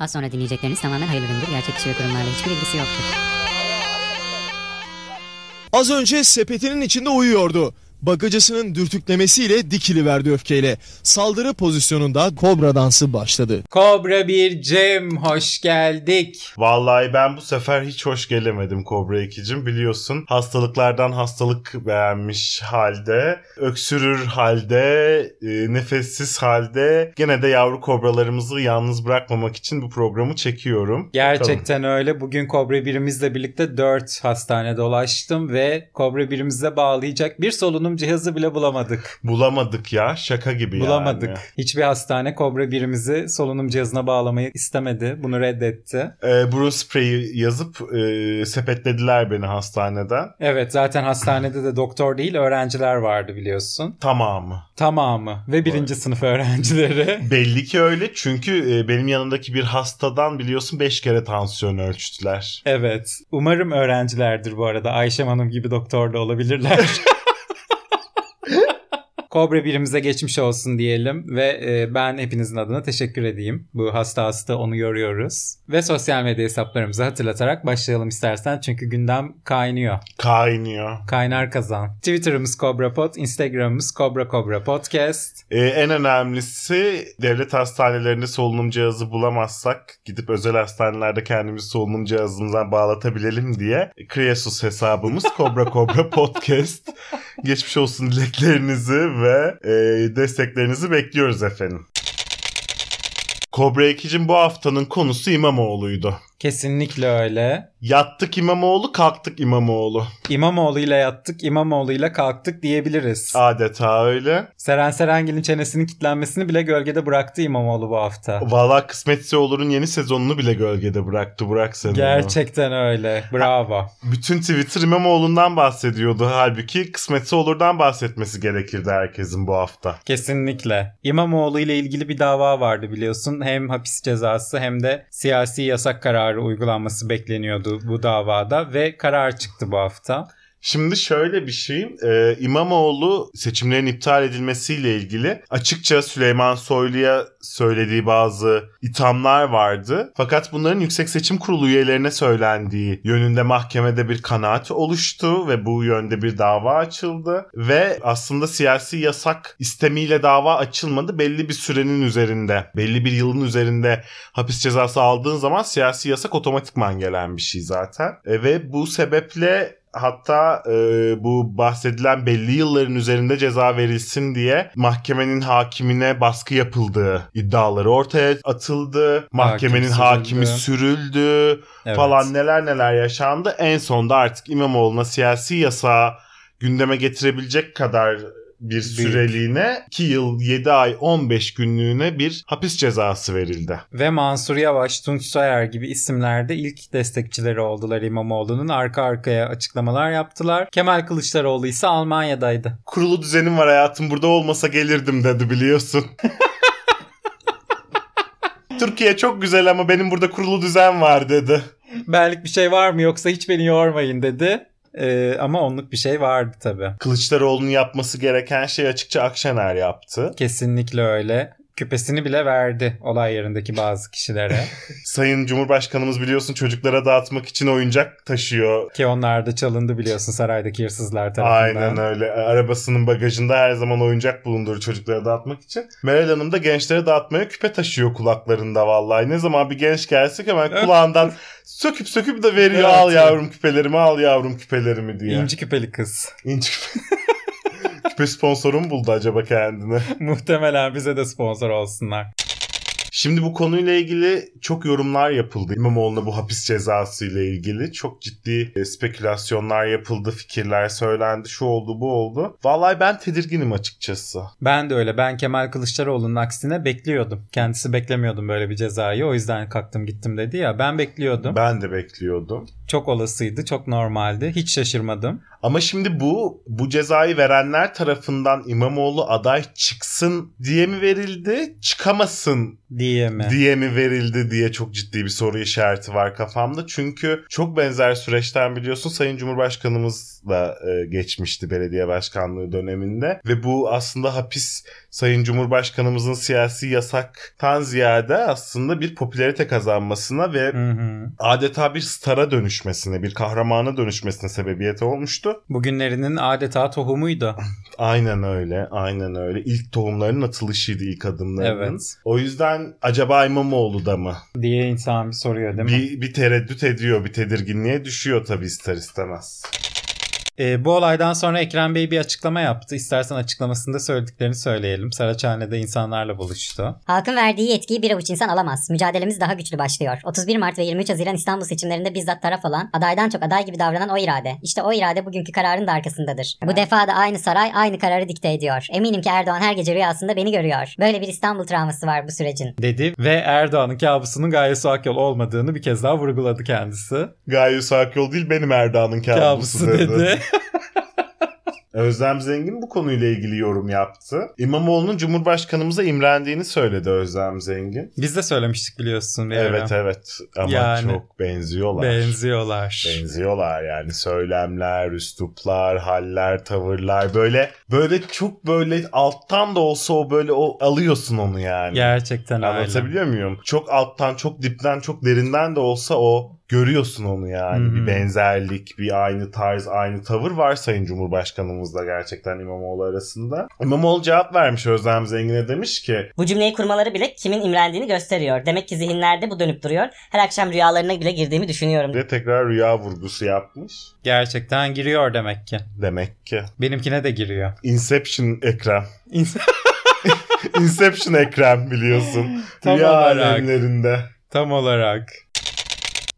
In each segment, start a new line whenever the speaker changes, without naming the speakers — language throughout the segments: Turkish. Az sonra dinleyecekleriniz tamamen hayırlı üründür. Gerçek kişi ve kurumlarla hiçbir ilgisi yoktur.
Az önce sepetinin içinde uyuyordu. Bagacısının dürtüklemesiyle dikiliverdi öfkeyle. Saldırı pozisyonunda kobra dansı başladı.
Kobra bir Cem hoş geldik.
Vallahi ben bu sefer hiç hoş gelemedim Kobra 2'cim. Biliyorsun hastalıklardan hastalık beğenmiş halde, öksürür halde, e, nefessiz halde gene de yavru kobralarımızı yalnız bırakmamak için bu programı çekiyorum. Bakalım.
Gerçekten öyle. Bugün Kobra 1'imizle birlikte 4 hastane dolaştım ve Kobra 1'imize bağlayacak bir solunum cihazı bile bulamadık.
Bulamadık ya şaka gibi
Bulamadık.
yani.
Hiçbir hastane Kobra 1'imizi solunum cihazına bağlamayı istemedi. Bunu reddetti.
E, burun spreyi yazıp e, sepetlediler beni hastaneden.
Evet zaten hastanede de doktor değil öğrenciler vardı biliyorsun.
Tamamı.
Tamamı ve birinci sınıf öğrencileri.
Belli ki öyle çünkü e, benim yanındaki bir hastadan biliyorsun 5 kere tansiyon ölçtüler.
Evet. Umarım öğrencilerdir bu arada. Ayşem Hanım gibi doktor da olabilirler. Kobra birimize geçmiş olsun diyelim ve e, ben hepinizin adına teşekkür edeyim. Bu hasta hasta onu yoruyoruz. Ve sosyal medya hesaplarımızı hatırlatarak başlayalım istersen çünkü gündem kaynıyor.
Kaynıyor.
Kaynar kazan. Twitter'ımız KobraPod, Instagram'ımız Kobra Kobra Podcast.
Ee, en önemlisi devlet hastanelerinde solunum cihazı bulamazsak gidip özel hastanelerde kendimiz solunum cihazımıza bağlatabilelim diye Kriyasus hesabımız Kobra Kobra Podcast. Geçmiş olsun dileklerinizi ve e, desteklerinizi bekliyoruz efendim. Kobra Ekic'in bu haftanın konusu İmamoğlu'ydu.
Kesinlikle öyle.
Yattık İmamoğlu, kalktık İmamoğlu.
İmamoğlu ile yattık, İmamoğlu ile kalktık diyebiliriz.
Adeta öyle.
Seren Serengil'in çenesinin kilitlenmesini bile gölgede bıraktı İmamoğlu bu hafta.
Valla kısmetse olur'un yeni sezonunu bile gölgede bıraktı. Bırak seni.
Gerçekten öyle. Bravo.
Bütün Twitter İmamoğlu'ndan bahsediyordu. Halbuki kısmetse olurdan bahsetmesi gerekirdi herkesin bu hafta.
Kesinlikle. İmamoğlu ile ilgili bir dava vardı biliyorsun. Hem hapis cezası hem de siyasi yasak kararı uygulanması bekleniyordu bu davada ve karar çıktı bu hafta.
Şimdi şöyle bir şey. e, İmamoğlu seçimlerin iptal edilmesiyle ilgili açıkça Süleyman Soylu'ya söylediği bazı ithamlar vardı. Fakat bunların Yüksek Seçim Kurulu üyelerine söylendiği yönünde mahkemede bir kanaat oluştu ve bu yönde bir dava açıldı. Ve aslında siyasi yasak istemiyle dava açılmadı. Belli bir sürenin üzerinde, belli bir yılın üzerinde hapis cezası aldığın zaman siyasi yasak otomatikman gelen bir şey zaten. E, ve bu sebeple hatta e, bu bahsedilen belli yılların üzerinde ceza verilsin diye mahkemenin hakimine baskı yapıldığı iddiaları ortaya atıldı. Mahkemenin
sürüldü.
hakimi sürüldü
Evet.
falan neler neler yaşandı. En sonda artık İmamoğlu'na siyasi yasağı gündeme getirebilecek kadar bir süreliğine 2 yıl 7 ay 15 günlüğüne bir hapis cezası verildi.
Ve Mansur Yavaş, Tunç Soyer gibi isimler de ilk destekçileri oldular İmamoğlu'nun. Arka arkaya açıklamalar yaptılar. Kemal Kılıçdaroğlu ise Almanya'daydı.
Kurulu düzenim var hayatım burada olmasa gelirdim dedi biliyorsun. Türkiye çok güzel ama benim burada kurulu düzen var dedi.
Benlik bir şey var mı yoksa hiç beni yormayın dedi. Ee, ama onluk bir şey vardı tabii.
Kılıçdaroğlu'nun yapması gereken şey açıkça Akşener yaptı.
Kesinlikle öyle. Küpesini bile verdi olay yerindeki bazı kişilere.
Sayın Cumhurbaşkanımız biliyorsun çocuklara dağıtmak için oyuncak taşıyor
Ki onlar da çalındı biliyorsun saraydaki hırsızlar tarafından.
Aynen öyle. E, Arabasının bagajında her zaman oyuncak bulundurur çocuklara dağıtmak için. Meral Hanım da gençlere dağıtmaya küpe taşıyor kulaklarında vallahi. Ne zaman bir genç gelse hemen
Evet.
kulağından söküp söküp de veriyor.
Evet,
al
evet.
yavrum küpelerimi al yavrum küpelerimi diye.
İnci küpeli kız.
İnci küpe. küpe sponsoru mu buldu acaba kendine?
Muhtemelen bize de sponsor olsunlar.
Şimdi bu konuyla ilgili çok yorumlar yapıldı. İmamoğlu'na bu hapis cezası ile ilgili çok ciddi e, spekülasyonlar yapıldı, fikirler söylendi, şu oldu, bu oldu. Vallahi ben tedirginim açıkçası.
Ben de öyle. Ben Kemal Kılıçdaroğlu'nun aksine bekliyordum. Kendisi beklemiyordum böyle bir cezayı. O yüzden kalktım gittim dedi ya. Ben bekliyordum.
Ben de bekliyordum.
Çok olasıydı, çok normaldi. Hiç şaşırmadım.
Ama şimdi bu bu cezayı verenler tarafından İmamoğlu aday çıksın diye mi verildi, çıkamasın
Diye mi?
diye mi verildi diye çok ciddi bir soru işareti var kafamda. Çünkü çok benzer süreçten biliyorsun Sayın Cumhurbaşkanımız da e, geçmişti belediye başkanlığı döneminde ve bu aslında hapis Sayın Cumhurbaşkanımızın siyasi yasaktan ziyade aslında bir popülerite kazanmasına ve
Hı hı.
adeta bir stara dönüşmesine, bir kahramana dönüşmesine sebebiyet olmuştu.
Bugünlerinin adeta tohumuydu.
Aynen öyle, aynen öyle. İlk tohumların atılışıydı ilk adımlarının.
Evet.
O yüzden acaba İmamoğlu da mı?
Diye insan bir soruyor değil mi?
Bir, bir tereddüt ediyor, bir tedirginliğe düşüyor tabii ister istemez.
Ee, bu olaydan sonra Ekrem Bey bir açıklama yaptı. İstersen açıklamasında söylediklerini söyleyelim. Saraçhane'de insanlarla buluştu.
Halkın verdiği yetkiyi bir avuç insan alamaz. Mücadelemiz daha güçlü başlıyor. 31 Mart ve 23 Haziran İstanbul seçimlerinde bizzat taraf olan, adaydan çok aday gibi davranan o irade. İşte o irade bugünkü kararın da arkasındadır. Bu defa da aynı saray aynı kararı dikte ediyor. Eminim ki Erdoğan her gece rüyasında beni görüyor. Böyle bir İstanbul travması var bu sürecin.
Dedi ve Erdoğan'ın kabusunun Gaye Su Akyol olmadığını bir kez daha vurguladı kendisi.
Gayus Akyol değil benim Erdoğan'ın kabusu,
Kabusu
dedi.
dedi.
Özlem Zengin bu konuyla ilgili yorum yaptı. İmamoğlu'nun Cumhurbaşkanımıza imrendiğini söyledi Özlem Zengin.
Biz de söylemiştik biliyorsun. bir ara.
Evet evet ama
Yani.
çok benziyorlar.
Benziyorlar.
Benziyorlar yani söylemler, üsluplar, haller, tavırlar böyle böyle çok böyle alttan da olsa o böyle o alıyorsun onu yani.
Gerçekten öyle.
Anlatabiliyor muyum? Çok alttan, çok dipten, çok derinden de olsa o görüyorsun onu yani.
Hı hı.
Bir benzerlik, bir aynı tarz, aynı tavır var Sayın Cumhurbaşkanımızla gerçekten İmamoğlu arasında. İmamoğlu cevap vermiş Özlem Zengin'e demiş ki
Bu cümleyi kurmaları bile kimin imrendiğini gösteriyor. Demek ki zihinlerde bu dönüp duruyor. Her akşam rüyalarına bile girdiğimi düşünüyorum.
ve tekrar rüya vurgusu yapmış.
Gerçekten giriyor demek ki.
Demek ki
Benimkine de giriyor.
Inception Ekrem.
İnsan-
Inception Ekrem biliyorsun.
Tam
Rüya
olarak.
alemlerinde.
Tam olarak.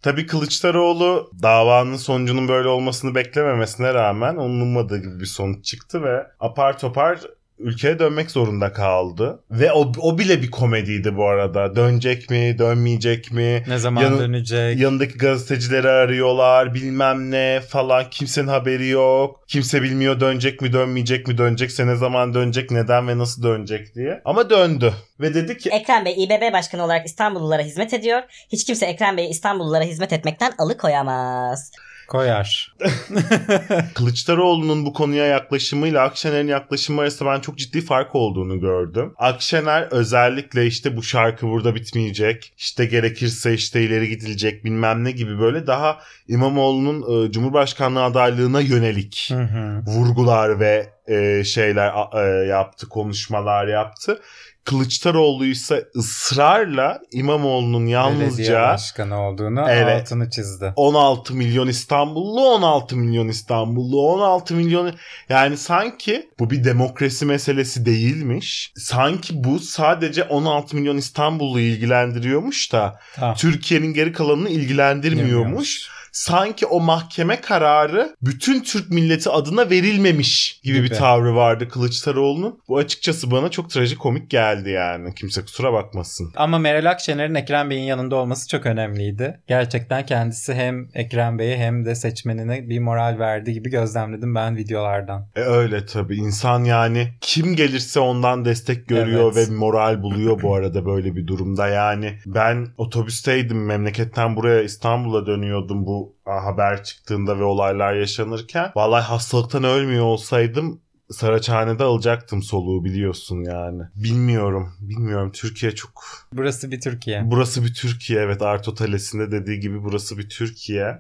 Tabii Kılıçdaroğlu davanın sonucunun böyle olmasını beklememesine rağmen onun ummadığı gibi bir sonuç çıktı ve apar topar ülkeye dönmek zorunda kaldı. Ve o, o bile bir komediydi bu arada. Dönecek mi, dönmeyecek mi?
Ne zaman
Yanı-
dönecek?
Yanındaki gazetecileri arıyorlar bilmem ne falan kimsenin haberi yok. Kimse bilmiyor dönecek mi dönmeyecek mi dönecekse ne zaman dönecek neden ve nasıl dönecek diye. Ama döndü ve dedi ki
Ekrem Bey İBB Başkanı olarak İstanbullulara hizmet ediyor. Hiç kimse Ekrem Bey'i İstanbullulara hizmet etmekten alıkoyamaz.
Koyar.
Kılıçdaroğlu'nun bu konuya yaklaşımıyla Akşener'in yaklaşımı arasında ben çok ciddi fark olduğunu gördüm. Akşener özellikle işte bu şarkı burada bitmeyecek, işte gerekirse işte ileri gidilecek bilmem ne gibi böyle daha İmamoğlu'nun e, Cumhurbaşkanlığı adaylığına yönelik
Hı hı.
vurgular ve e, şeyler a- e, yaptı, konuşmalar yaptı. Kılıçdaroğlu ise ısrarla İmamoğlu'nun
Belediye
yalnızca
başkanı olduğunu
Evet.
altını çizdi.
16 milyon İstanbullu 16 milyon İstanbullu 16 milyon yani sanki bu bir demokrasi meselesi değilmiş. Sanki bu sadece 16 milyon İstanbullu'yu ilgilendiriyormuş da
Tamam.
Türkiye'nin geri kalanını ilgilendirmiyormuş.
Bilmiyormuş.
Sanki o mahkeme kararı bütün Türk milleti adına verilmemiş gibi, bir
Gibi.
tavrı vardı Kılıçdaroğlu'nun. Bu açıkçası bana çok trajikomik geldi yani. Kimse kusura bakmasın.
Ama Meral Akşener'in Ekrem Bey'in yanında olması çok önemliydi. Gerçekten kendisi hem Ekrem Bey'e hem de seçmenine bir moral verdi gibi gözlemledim ben videolardan.
E öyle tabii insan yani kim gelirse ondan destek görüyor
Evet.
ve moral buluyor bu arada böyle bir durumda yani ben otobüsteydim memleketten buraya İstanbul'a dönüyordum bu haber çıktığında ve olaylar yaşanırken vallahi hastalıktan ölmüyor olsaydım Saraçhane'de alacaktım soluğu biliyorsun yani. Bilmiyorum. Bilmiyorum. Türkiye çok...
Burası bir Türkiye.
Burası bir Türkiye. Evet Arto Tales'inde dediği gibi burası bir Türkiye.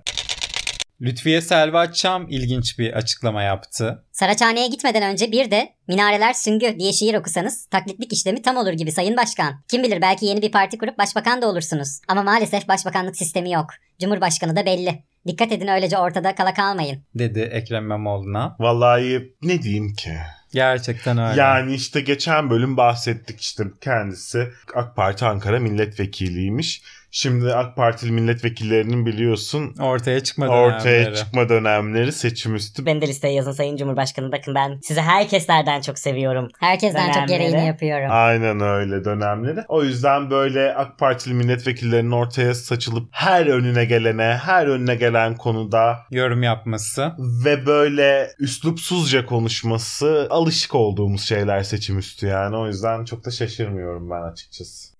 Lütfiye Selva Çam ilginç bir açıklama yaptı.
Saraçhane'ye gitmeden önce bir de minareler süngü diye şiir okusanız taklitlik işlemi tam olur gibi sayın başkan. Kim bilir belki yeni bir parti kurup başbakan da olursunuz. Ama maalesef başbakanlık sistemi yok. Cumhurbaşkanı da belli. Dikkat edin öylece ortada kala kalmayın.
Dedi Ekrem İmamoğlu'na.
Vallahi ne diyeyim ki?
Gerçekten öyle.
Yani işte geçen bölüm bahsettik işte kendisi AK Parti Ankara milletvekiliymiş. Şimdi AK Partili milletvekillerinin biliyorsun
Ortaya çıkmadı
ortaya
dönemleri.
çıkma dönemleri seçim üstü.
Beni de listeye yazın Sayın Cumhurbaşkanı. Bakın ben sizi herkeslerden çok seviyorum.
Herkesten çok
Dönemleri.
gereğini yapıyorum.
Aynen öyle dönemleri. O yüzden böyle AK Partili milletvekillerinin ortaya saçılıp her önüne gelene, her önüne gelen konuda
Yorum yapması.
ve böyle üslupsuzca konuşması alışık olduğumuz şeyler seçim üstü yani. O yüzden çok da şaşırmıyorum ben açıkçası.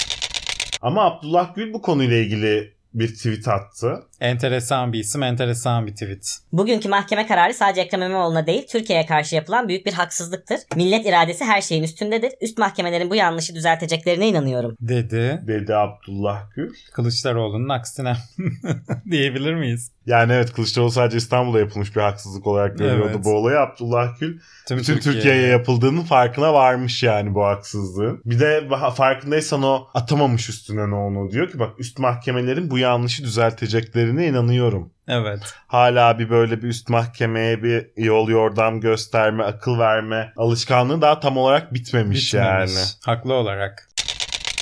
Ama Abdullah Gül bu konuyla ilgili bir tweet attı.
Enteresan bir isim, enteresan bir tweet.
Bugünkü mahkeme kararı sadece Ekrem İmamoğlu'na değil Türkiye'ye karşı yapılan büyük bir haksızlıktır. Millet iradesi her şeyin üstündedir. Üst mahkemelerin bu yanlışı düzelteceklerine inanıyorum.
Dedi.
Dedi Abdullah Gül.
Kılıçdaroğlu'nun aksine diyebilir miyiz?
Yani evet Kılıçdaroğlu sadece İstanbul'a yapılmış bir haksızlık olarak görüyordu
Evet.
bu olayı. Abdullah Gül
Tüm
bütün
Türkiye-
Türkiye'ye yapıldığının farkına varmış yani bu haksızlığın. Bir de va- farkındaysan o atamamış üstüne ne onu diyor ki bak üst mahkemelerin bu yanlışı düzelteceklerine inanıyorum.
Evet.
hala bir böyle bir üst mahkemeye bir yol yordam gösterme, akıl verme alışkanlığı daha tam olarak
Bitmemiş.
bitmemiş, yani.
Haklı olarak.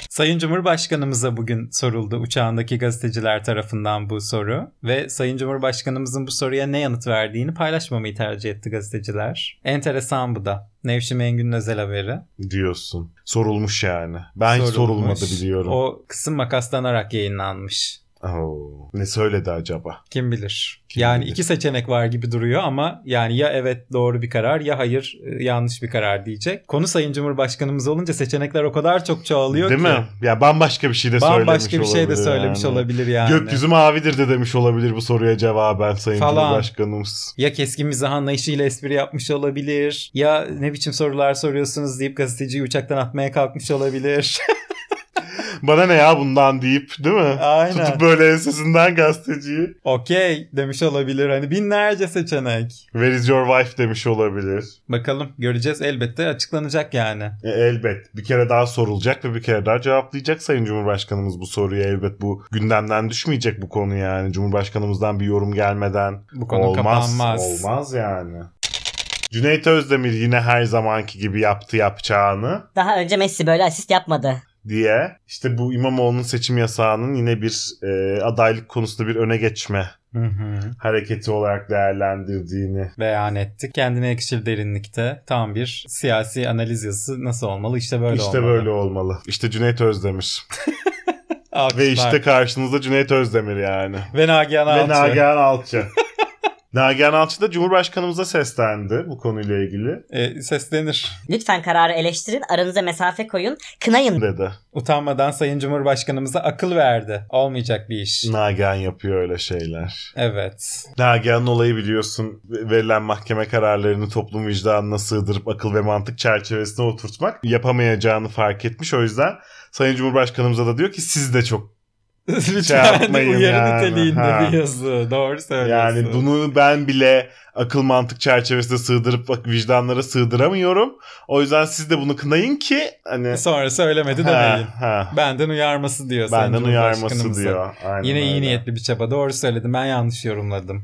Sayın Cumhurbaşkanımıza bugün soruldu uçağındaki gazeteciler tarafından bu soru ve Sayın Cumhurbaşkanımızın bu soruya ne yanıt verdiğini paylaşmamayı tercih etti gazeteciler. Enteresan bu da. Nevşin Mengü'nün özel haberi.
diyorsun. Sorulmuş yani. Ben hiç
Sorulmuş.
sorulmadı biliyorum.
O kısım makaslanarak yayınlanmış.
Oo, ne söyledi acaba?
Kim bilir.
Kim
yani
bilir.
iki seçenek var gibi duruyor ama yani ya evet doğru bir karar ya hayır e, yanlış bir karar diyecek. Konu Sayın Cumhurbaşkanımız olunca seçenekler o kadar çok çoğalıyor
Değil
ki.
mi? Ya bambaşka bir şey de söylemiş
Bambaşka bir şey de
olabilir
söylemiş
yani.
olabilir yani.
Gökyüzü mavidir de demiş olabilir bu soruya cevaben Sayın
Falan.
Cumhurbaşkanımız.
ya keskin mizah anlayışıyla espri yapmış olabilir. Ya ne biçim sorular soruyorsunuz deyip gazeteciyi uçaktan atmaya kalkmış olabilir.
Bana ne ya bundan deyip değil mi?
Aynen.
Tutup böyle ensesinden gazeteciyi.
Okey demiş olabilir. Hani binlerce seçenek.
Where is your wife demiş olabilir.
Bakalım göreceğiz elbette açıklanacak yani.
E, elbet. Bir kere daha sorulacak ve bir kere daha cevaplayacak Sayın Cumhurbaşkanımız bu soruya. Elbet bu gündemden düşmeyecek bu konu yani. Cumhurbaşkanımızdan bir yorum gelmeden
Bu konu
olmaz.
kapanmaz.
Olmaz yani. Cüneyt Özdemir yine her zamanki gibi yaptı yapacağını
Daha önce Messi böyle asist yapmadı.
diye işte bu İmamoğlu'nun seçim yasağının yine bir e, adaylık konusunda bir öne geçme
Hı hı.
hareketi olarak değerlendirdiğini
beyan etti. Kendine ekşir derinlikte tam bir siyasi analiz yazısı nasıl olmalı? İşte böyle
işte
olmalı.
böyle olmalı. İşte Cüneyt Özdemir.
Alkışlar.
Ve işte karşınızda Cüneyt Özdemir yani.
Ve Nagihan Alçı.
Ve Nagihan Alçı. Nagihan Alçı da Cumhurbaşkanımıza seslendi bu konuyla ilgili.
E, seslenir.
Lütfen kararı eleştirin, aranıza mesafe koyun, kınayın.
Dedi.
Utanmadan Sayın Cumhurbaşkanımıza akıl verdi. Olmayacak bir iş.
Nagihan yapıyor öyle şeyler.
Evet.
Nagihan'ın olayı biliyorsun verilen mahkeme kararlarını toplum vicdanına sığdırıp akıl ve mantık çerçevesine oturtmak yapamayacağını fark etmiş. O yüzden Sayın Cumhurbaşkanımıza da diyor ki siz de çok
Lütfen
Şey yapmayın
uyarı
yani.
niteliğinde
Ha.
bir yazı. Doğru söylüyorsun.
yani bunu ben bile akıl mantık çerçevesine sığdırıp bak vicdanlara sığdıramıyorum. O yüzden siz de bunu kınayın ki hani
Sonra söylemedi
ha,
demeyin.
ha.
Benden uyarması diyor Sayın
Benden uyarması
Cumhurbaşkanımıza.
diyor. Aynen
Yine iyi
öyle.
niyetli bir çaba. Doğru söyledim. Ben yanlış yorumladım.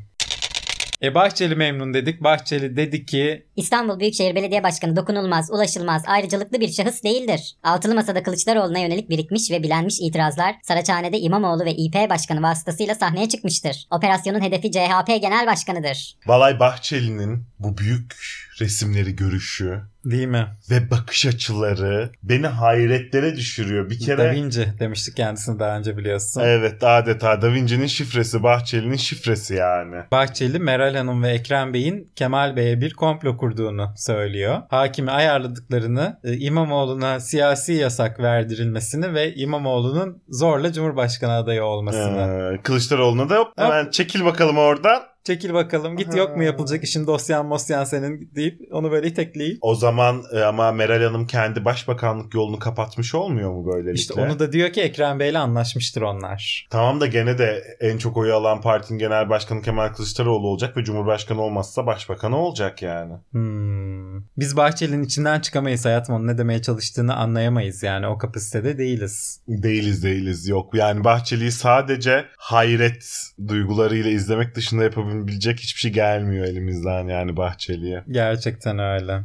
E Bahçeli memnun dedik. Bahçeli dedi ki
İstanbul Büyükşehir Belediye Başkanı dokunulmaz, ulaşılmaz, ayrıcalıklı bir şahıs değildir. Altılı Masa'da Kılıçdaroğlu'na yönelik birikmiş ve bilenmiş itirazlar Saraçhane'de İmamoğlu ve İP Başkanı vasıtasıyla sahneye çıkmıştır. Operasyonun hedefi CHP Genel Başkanı'dır.
Balay Bahçeli'nin bu büyük resimleri görüşü
Değil mi?
ve bakış açıları beni hayretlere düşürüyor. Bir
Da
kere
Vinci demiştik kendisini daha önce biliyorsun.
evet adeta Da Vinci'nin şifresi, Bahçeli'nin şifresi yani.
Bahçeli, Meral Hanım ve Ekrem Bey'in Kemal Bey'e bir komplo kurduğunu söylüyor. Hakimi ayarladıklarını, e, İmamoğlu'na siyasi yasak verdirilmesini ve İmamoğlu'nun zorla Cumhurbaşkanı adayı olmasını.
Ee, Kılıçdaroğlu'na da hop, hemen çekil bakalım oradan.
Çekil bakalım git yok mu yapılacak işin dosyan mosyan senin deyip onu böyle tekleyip.
O zaman e, ama Meral Hanım kendi başbakanlık yolunu kapatmış olmuyor mu böylelikle?
İşte onu da diyor ki Ekrem Bey'le anlaşmıştır onlar.
Tamam da gene de en çok oyu alan partinin genel başkanı Kemal Kılıçdaroğlu olacak ve Cumhurbaşkanı olmazsa başbakanı olacak yani.
Hmm. Biz Bahçeli'nin içinden çıkamayız hayatım onun ne demeye çalıştığını anlayamayız yani o kapasitede değiliz.
Değiliz değiliz yok. Yani Bahçeli'yi sadece hayret duygularıyla izlemek dışında yapabilecek hiçbir şey gelmiyor elimizden yani Bahçeli'ye.
Gerçekten öyle.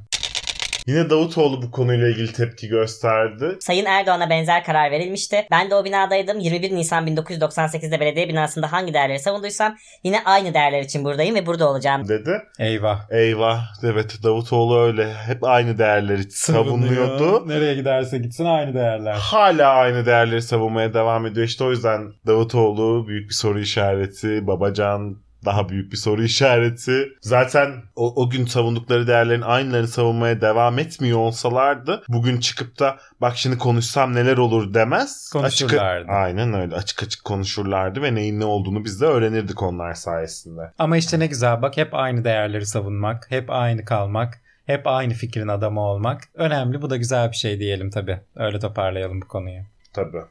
Yine Davutoğlu bu konuyla ilgili tepki gösterdi.
Sayın Erdoğan'a benzer karar verilmişti. Ben de o binadaydım. 21 Nisan 1998'de belediye binasında hangi değerleri savunduysam yine aynı değerler için buradayım ve burada olacağım.
dedi.
Eyvah.
Eyvah evet Davutoğlu öyle hep aynı değerleri savunuyordu.
Nereye giderse gitsin aynı değerler.
Hala aynı değerleri savunmaya devam ediyor. İşte o yüzden Davutoğlu büyük bir soru işareti, Babacan daha büyük bir soru işareti. Zaten o, o gün savundukları değerlerin aynılarını savunmaya devam etmiyor olsalardı bugün çıkıp da bak şimdi konuşsam neler olur demez.
Konuşurlardı.
Açık, aynen öyle açık açık konuşurlardı ve neyin ne olduğunu biz de öğrenirdik onlar sayesinde.
Ama işte ne güzel bak hep aynı değerleri savunmak, hep aynı kalmak, hep aynı fikrin adamı olmak. Önemli bu da güzel bir şey diyelim tabii. Öyle toparlayalım bu konuyu.
Tabii.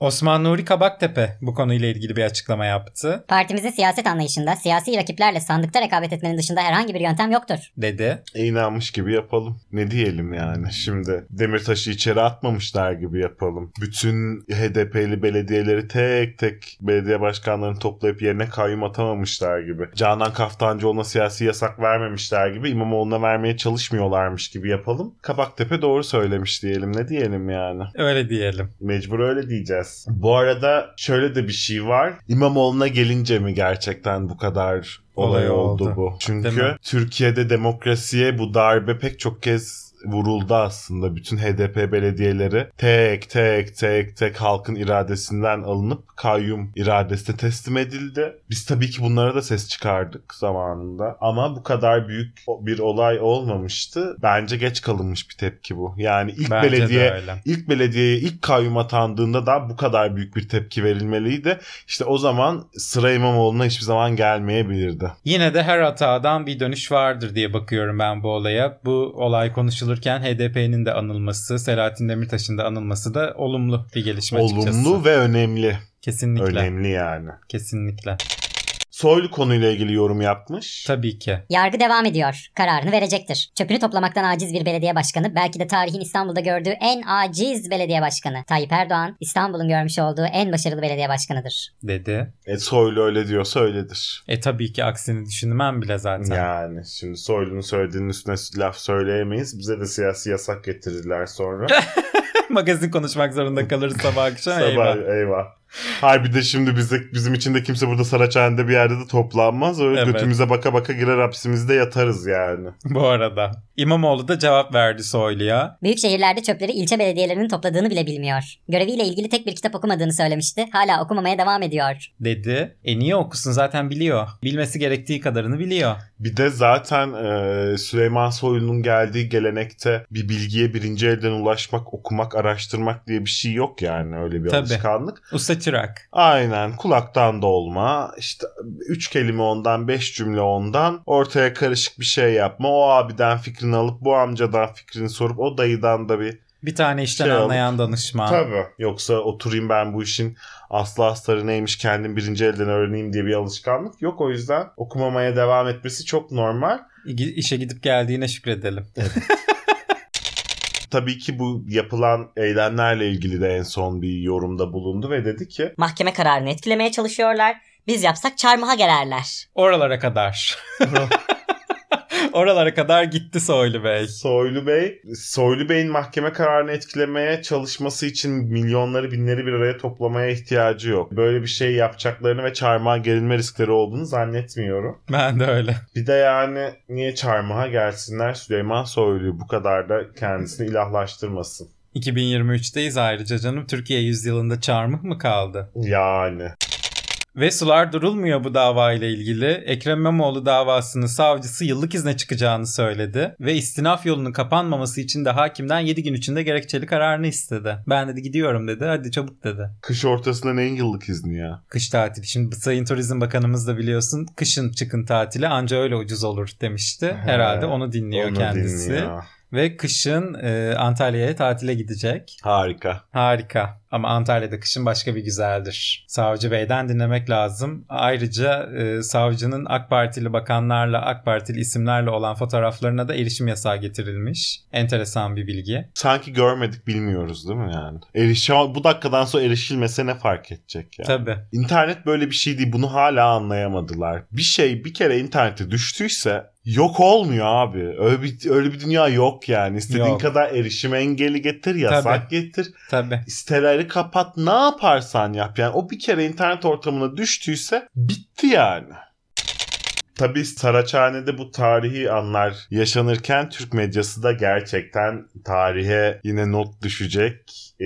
Osman Nuri Kabaktepe bu konuyla ilgili bir açıklama yaptı.
Partimizin siyaset anlayışında siyasi rakiplerle sandıkta rekabet etmenin dışında herhangi bir yöntem yoktur.
Dedi.
E, inanmış gibi yapalım. Ne diyelim yani şimdi Demirtaş'ı içeri atmamışlar gibi yapalım. Bütün HDP'li belediyeleri tek tek belediye başkanlarını toplayıp yerine kayyum atamamışlar gibi. Canan Kaftancıoğlu'na siyasi yasak vermemişler gibi İmamoğlu'na vermeye çalışmıyorlarmış gibi yapalım. Kabaktepe doğru söylemiş diyelim ne diyelim yani.
Öyle diyelim.
Mecbur öyle diyeceğiz. Bu arada şöyle de bir şey var. İmamoğlu'na gelince mi gerçekten bu kadar olay
Olay
oldu,
oldu.
bu?
Değil
Çünkü
mi?
Türkiye'de demokrasiye bu darbe pek çok kez vuruldu aslında. Bütün HDP belediyeleri tek tek tek tek halkın iradesinden alınıp kayyum iradesine teslim edildi. Biz tabii ki bunlara da ses çıkardık zamanında ama bu kadar büyük bir olay olmamıştı. Bence geç kalınmış bir tepki bu. Yani ilk
Bence
belediye
de öyle.
İlk belediyeye ilk kayyum atandığında da bu kadar büyük bir tepki verilmeliydi. İşte o zaman sıra İmamoğlu'na hiçbir zaman gelmeyebilirdi.
Yine de her hatadan bir dönüş vardır diye bakıyorum ben bu olaya. Bu olay konuşulurken HDP'nin de anılması, Selahattin Demirtaş'ın da anılması da olumlu bir gelişme açıkçası.
Olumlu ve önemli.
Kesinlikle.
Önemli yani.
Kesinlikle.
Soylu konuyla ilgili yorum yapmış.
Tabii ki.
Yargı devam ediyor. Kararını verecektir. Çöpünü toplamaktan aciz bir belediye başkanı, belki de tarihin İstanbul'da gördüğü en aciz belediye başkanı Tayyip Erdoğan, İstanbul'un görmüş olduğu en başarılı belediye başkanıdır.
Dedi.
E, Soylu öyle diyorsa öyledir.
E tabii ki aksini düşünmem bile zaten.
Yani şimdi Soylu'nun söylediğinin üstüne laf söyleyemeyiz. Bize de siyasi yasak getirirler sonra.
Magazin konuşmak zorunda kalırız sabah akşam.
Sabah
eyvah.
eyvah. Harbi de şimdi bize, bizim için de kimse burada Saraçhane'de bir yerde de toplanmaz. Öyle
Evet.
götümüze baka baka girer hapisimizde yatarız yani.
Bu arada. İmamoğlu da cevap verdi Soylu'ya.
Büyük şehirlerde çöpleri ilçe belediyelerinin topladığını bile bilmiyor. Göreviyle ilgili tek bir kitap okumadığını söylemişti. Hala okumamaya devam ediyor.
Dedi. E niye okusun zaten biliyor. Bilmesi gerektiği kadarını biliyor.
Bir de zaten e, Süleyman Soylu'nun geldiği gelenekte bir bilgiye birinci elden ulaşmak, okumak, araştırmak diye bir şey yok yani öyle bir
Tabii.
alışkanlık.
Usta çırak.
Aynen kulaktan dolma, işte üç kelime ondan, beş cümle ondan, ortaya karışık bir şey yapma. O abiden fikrini alıp bu amcadan fikrini sorup o dayıdan da bir
Bir tane işten
Şey alıp-
anlayan danışman.
Tabii. Yoksa oturayım ben bu işin aslı astarı neymiş kendim birinci elden öğreneyim diye bir alışkanlık yok. O yüzden okumamaya devam etmesi çok normal.
İgi- İşe gidip geldiğine şükredelim.
Tabii ki bu yapılan eylemlerle ilgili de en son bir yorumda bulundu ve dedi ki
Mahkeme kararını etkilemeye çalışıyorlar. Biz yapsak çarmıha gererler.
Oralara kadar. Oralara kadar gitti Soylu Bey.
Soylu Bey, Soylu Bey'in mahkeme kararını etkilemeye çalışması için milyonları binleri bir araya toplamaya ihtiyacı yok. Böyle bir şey yapacaklarını ve çarmıha gerilme riskleri olduğunu zannetmiyorum.
Ben de öyle.
Bir de yani niye çarmıha gelsinler Süleyman Soylu'yu bu kadar da kendisini ilahlaştırmasın.
2023'teyiz ayrıca canım. Türkiye yüzyılında çarmıh mı kaldı?
Yani.
Ve sular durulmuyor bu dava ile ilgili. Ekrem İmamoğlu davasının savcısı yıllık izne çıkacağını söyledi. Ve istinaf yolunun kapanmaması için de hakimden 7 gün içinde gerekçeli kararını istedi. Ben dedi gidiyorum dedi. Hadi çabuk dedi.
Kış ortasında neyin yıllık izni ya?
Kış tatili. Şimdi Sayın Turizm Bakanımız da biliyorsun kışın çıkın tatili anca öyle ucuz olur demişti. Herhalde onu dinliyor
Onu
kendisi.
dinliyor.
Ve kışın e, Antalya'ya tatile gidecek.
Harika.
Harika. Ama Antalya'da kışın başka bir güzeldir. Savcı Bey'den dinlemek lazım. Ayrıca e, savcının AK Partili bakanlarla, AK Partili isimlerle olan fotoğraflarına da erişim yasağı getirilmiş. Enteresan bir bilgi.
Sanki görmedik bilmiyoruz değil mi yani? Erişim, bu dakikadan sonra erişilmese ne fark edecek ya?
Tabii.
İnternet böyle bir şey değil. Bunu hala anlayamadılar. Bir şey bir kere internete düştüyse yok olmuyor abi. Öyle bir, öyle bir dünya yok yani. İstediğin
Yok.
kadar erişim engeli getir, yasak getir.
Tabii.
siteleri kapat ne yaparsan yap. Yani o bir kere internet ortamına düştüyse bitti yani. Tabii Saraçhane'de bu tarihi anlar yaşanırken Türk medyası da gerçekten tarihe yine not düşecek. Ee,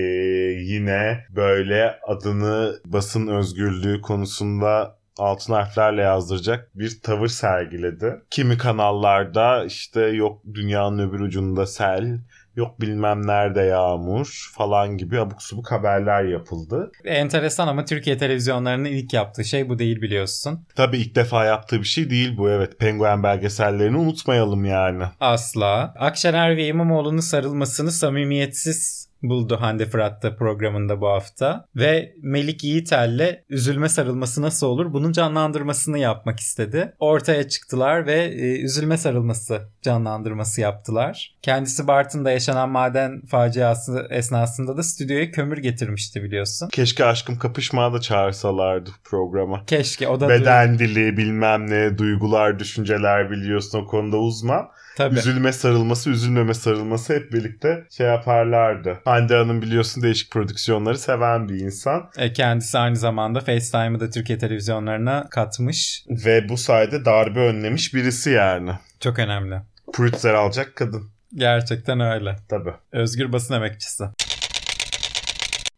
yine böyle adını basın özgürlüğü konusunda altın harflerle yazdıracak bir tavır sergiledi. Kimi kanallarda işte yok dünyanın öbür ucunda sel, yok bilmem nerede yağmur falan gibi abuk subuk haberler yapıldı.
Enteresan ama Türkiye televizyonlarının ilk yaptığı şey bu değil biliyorsun.
Tabii ilk defa yaptığı bir şey değil bu evet. Penguen belgesellerini unutmayalım yani.
Asla. Akşener ve İmamoğlu'nun sarılmasını samimiyetsiz buldu Hande Fırat'ta programında bu hafta. Ve Melik Yiğitel'le üzülme sarılması nasıl olur bunun canlandırmasını yapmak istedi. Ortaya çıktılar ve e, üzülme sarılması canlandırması yaptılar. Kendisi Bartın'da yaşanan maden faciası esnasında da stüdyoya kömür getirmişti biliyorsun.
Keşke aşkım kapışmaya da çağırsalardı programa.
Keşke o da
Beden dili bilmem ne duygular düşünceler biliyorsun o konuda uzman.
Tabii.
Üzülme sarılması üzülmeme sarılması hep birlikte şey yaparlardı. Hande Hanım biliyorsun değişik prodüksiyonları seven bir insan.
E, Kendisi aynı zamanda FaceTime'ı da Türkiye televizyonlarına katmış.
Ve bu sayede darbe önlemiş birisi yani.
Çok önemli.
Pulitzer alacak kadın.
Gerçekten öyle.
Tabii.
Özgür basın emekçisi.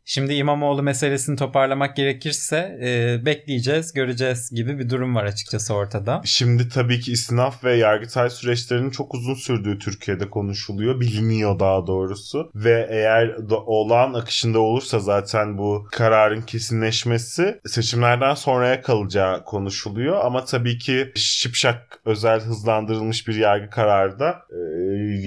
Şimdi İmamoğlu meselesini toparlamak gerekirse e, bekleyeceğiz, göreceğiz gibi bir durum var açıkçası ortada.
Şimdi tabii ki istinaf ve yargıtay süreçlerinin çok uzun sürdüğü Türkiye'de konuşuluyor. Biliniyor daha doğrusu. Ve eğer da olağan akışında olursa zaten bu kararın kesinleşmesi seçimlerden sonraya kalacağı konuşuluyor. Ama tabii ki şipşak özel hızlandırılmış bir yargı kararı da e,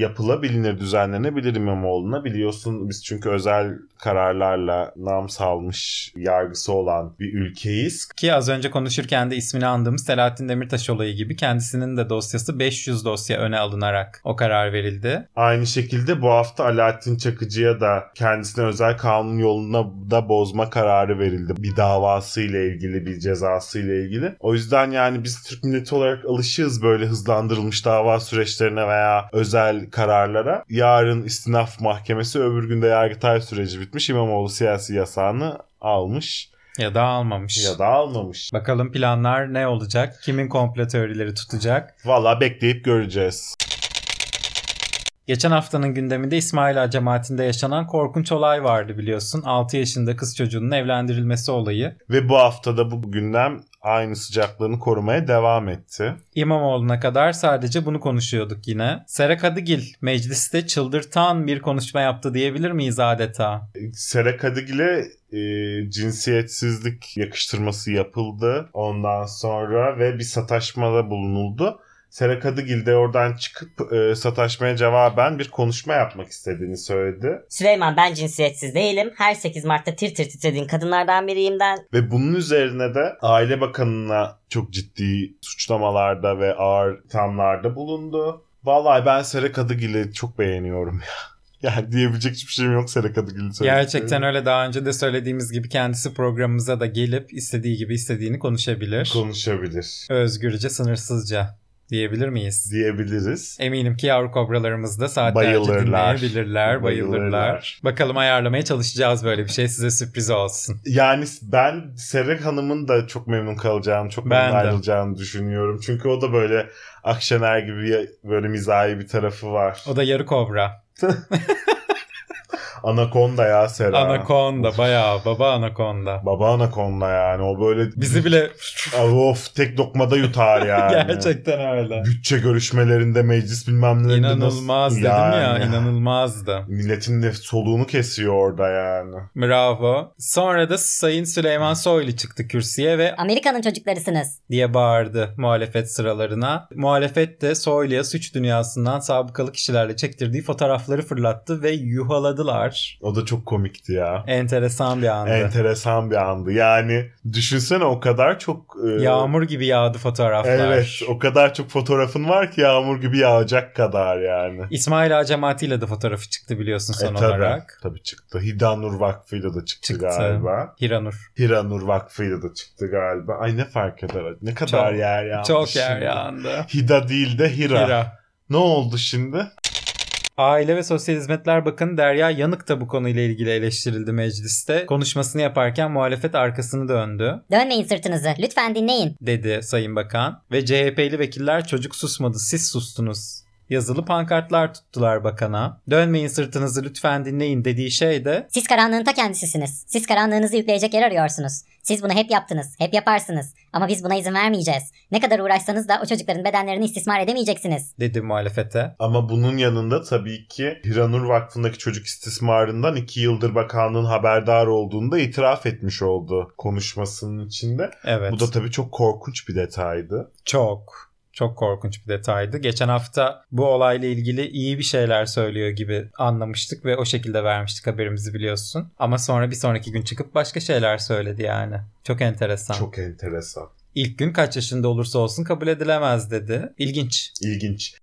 yapılabilir, düzenlenebilir İmamoğlu'na. Biliyorsun biz çünkü özel kararlarla nam salmış yargısı olan bir ülkeyiz.
Ki az önce konuşurken de ismini andığımız Selahattin Demirtaş olayı gibi kendisinin de dosyası 500 dosya öne alınarak o karar verildi.
Aynı şekilde bu hafta Alaaddin Çakıcı'ya da kendisine özel kanun yoluna da bozma kararı verildi. Bir davası ile ilgili, bir cezası ile ilgili. O yüzden yani biz Türk milleti olarak alışığız böyle hızlandırılmış dava süreçlerine veya özel kararlara. Yarın istinaf mahkemesi, öbür günde yargıtay süreci bitmiş. İmamoğlu siyasi yasağını almış
Ya da almamış.
ya da almamış.
Bakalım planlar ne olacak? Kimin komplo teorileri tutacak?
Valla bekleyip göreceğiz.
Geçen haftanın gündeminde İsmail Ağa cemaatinde yaşanan korkunç olay vardı biliyorsun. 6 yaşında kız çocuğunun evlendirilmesi olayı.
Ve bu haftada bu gündem aynı sıcaklığını korumaya devam etti.
İmamoğlu'na kadar sadece bunu konuşuyorduk yine. Sera Kadıgil mecliste çıldırtan bir konuşma yaptı diyebilir miyiz adeta?
Sera Kadıgil'e e, cinsiyetsizlik yakıştırması yapıldı ondan sonra ve bir sataşmada bulunuldu. Sera Kadıgil de oradan çıkıp e, sataşmaya cevaben bir konuşma yapmak istediğini söyledi.
Süleyman ben cinsiyetsiz değilim. Her 8 Mart'ta tir tir titrediğin kadınlardan biriyim ben.
Ve bunun üzerine de Aile Bakanı'na çok ciddi suçlamalarda ve ağır ithamlarda bulundu. Vallahi ben Sera Kadıgil'i çok beğeniyorum ya. Yani diyebilecek hiçbir şeyim yok Sera Kadıgil'in söylediği.
Gerçekten öyle daha önce de söylediğimiz gibi kendisi programımıza da gelip istediği gibi istediğini konuşabilir.
konuşabilir
Özgürce, sınırsızca diyebilir miyiz?
diyebiliriz.
Eminim ki yavru kobralarımız da saatlerce
Bayılırlar.
dinleyebilirler, bayılırlar.
Bayılırlar.
Bakalım ayarlamaya çalışacağız böyle bir şey. Size sürpriz olsun.
Yani ben Serek Hanım'ın da çok memnun kalacağını, çok
Ben
memnun
de.
ayrılacağını düşünüyorum. Çünkü o da böyle Akşener gibi böyle mizahi bir tarafı var.
O da yarı kobra.
Anakonda ya Sera.
Anakonda bayağı baba anakonda.
Baba anakonda yani. O böyle
Bizi bile
Abi of tek lokmada yutar yani.
gerçekten öyle.
Bütçe görüşmelerinde meclis bilmem nelerinde nasıl-
İnanılmaz dedim ya
Yani.
inanılmazdı.
Milletin nef- soluğunu kesiyor orada yani.
Bravo. Sonra da Sayın Süleyman Soylu çıktı kürsüye ve
Amerika'nın çocuklarısınız.
diye bağırdı muhalefet sıralarına. Muhalefet de Soylu'ya suç dünyasından sabıkalı kişilerle çektirdiği fotoğrafları fırlattı ve yuhaladılar. var.
O da çok komikti ya.
Enteresan bir andı.
Enteresan bir andı. Yani düşünsene o kadar çok... e,
Yağmur gibi yağdı fotoğraflar.
Evet o kadar çok fotoğrafın var ki yağmur gibi yağacak kadar yani.
İsmail Ağa cemaatiyle de fotoğrafı çıktı biliyorsun son
E, tabii,
olarak.
Tabii çıktı. Hidanur Vakfı'yla da çıktı,
Çıktı.
galiba.
Hiranur.
Hiranur Vakfı'yla da çıktı galiba. Ay ne fark eder? Ne kadar
Çok-
yer ya.
Çok yer yandı.
Hida değil de Hira.
Hira.
Ne oldu şimdi?
Aile ve Sosyal Hizmetler Bakanı Derya Yanık da bu konuyla ilgili eleştirildi mecliste. Konuşmasını yaparken muhalefet arkasını döndü.
Dönmeyin sırtınızı. Lütfen dinleyin.
dedi Sayın Bakan ve CHP'li vekiller çocuk susmadı siz sustunuz yazılı pankartlar tuttular bakana. Dönmeyin sırtınızı lütfen dinleyin dediği şey de
Siz karanlığın ta kendisisiniz. Siz karanlığınızı yükleyecek yer arıyorsunuz. Siz bunu hep yaptınız, hep yaparsınız. Ama biz buna izin vermeyeceğiz. Ne kadar uğraşsanız da o çocukların bedenlerini istismar edemeyeceksiniz.
dedi muhalefete.
Ama bunun yanında tabii ki Hiranur Vakfı'ndaki çocuk istismarından iki yıldır bakanlığın haberdar olduğunu da itiraf etmiş oldu konuşmasının içinde.
Evet.
Bu da tabii çok korkunç bir detaydı.
çok çok korkunç bir detaydı. Geçen hafta bu olayla ilgili iyi bir şeyler söylüyor gibi anlamıştık ve o şekilde vermiştik haberimizi biliyorsun. Ama sonra bir sonraki gün çıkıp başka şeyler söyledi yani. Çok enteresan.
Çok enteresan.
İlk gün kaç yaşında olursa olsun kabul edilemez dedi. İlginç.
İlginç.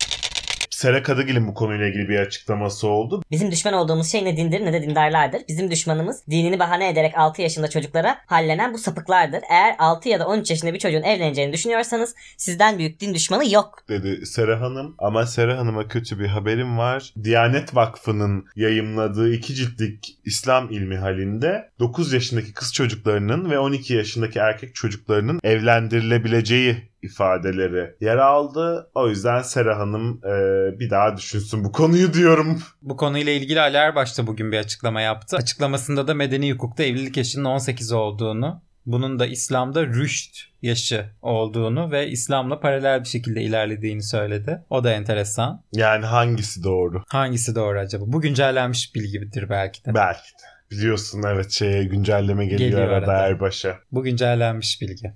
Sera Kadıgil'in bu konuyla ilgili bir açıklaması oldu.
Bizim düşman olduğumuz şey ne dindir ne de dindarlardır. Bizim düşmanımız dinini bahane ederek 6 yaşında çocuklara hallenen bu sapıklardır. Eğer 6 ya da 13 yaşında bir çocuğun evleneceğini düşünüyorsanız sizden büyük din düşmanı yok.
dedi Sera Hanım. Ama Sera Hanım'a kötü bir haberim var. Diyanet Vakfı'nın yayımladığı iki ciltlik İslam ilmi halinde 9 yaşındaki kız çocuklarının ve 12 yaşındaki erkek çocuklarının evlendirilebileceği ifadeleri yer aldı. O yüzden Sera Hanım e, bir daha düşünsün bu konuyu diyorum.
Bu konuyla ilgili Ali Erbaş da bugün bir açıklama yaptı. Açıklamasında da medeni hukukta evlilik yaşının 18 olduğunu, bunun da İslam'da rüşt yaşı olduğunu ve İslam'la paralel bir şekilde ilerlediğini söyledi. O da enteresan.
Yani hangisi doğru?
Hangisi doğru acaba? Bu güncellenmiş bilgidir belki de.
Belki de. Biliyorsun evet şeye güncelleme geliyor,
Geliyor
arada,
arada.
Erbaş'a.
Bu güncellenmiş bilgi.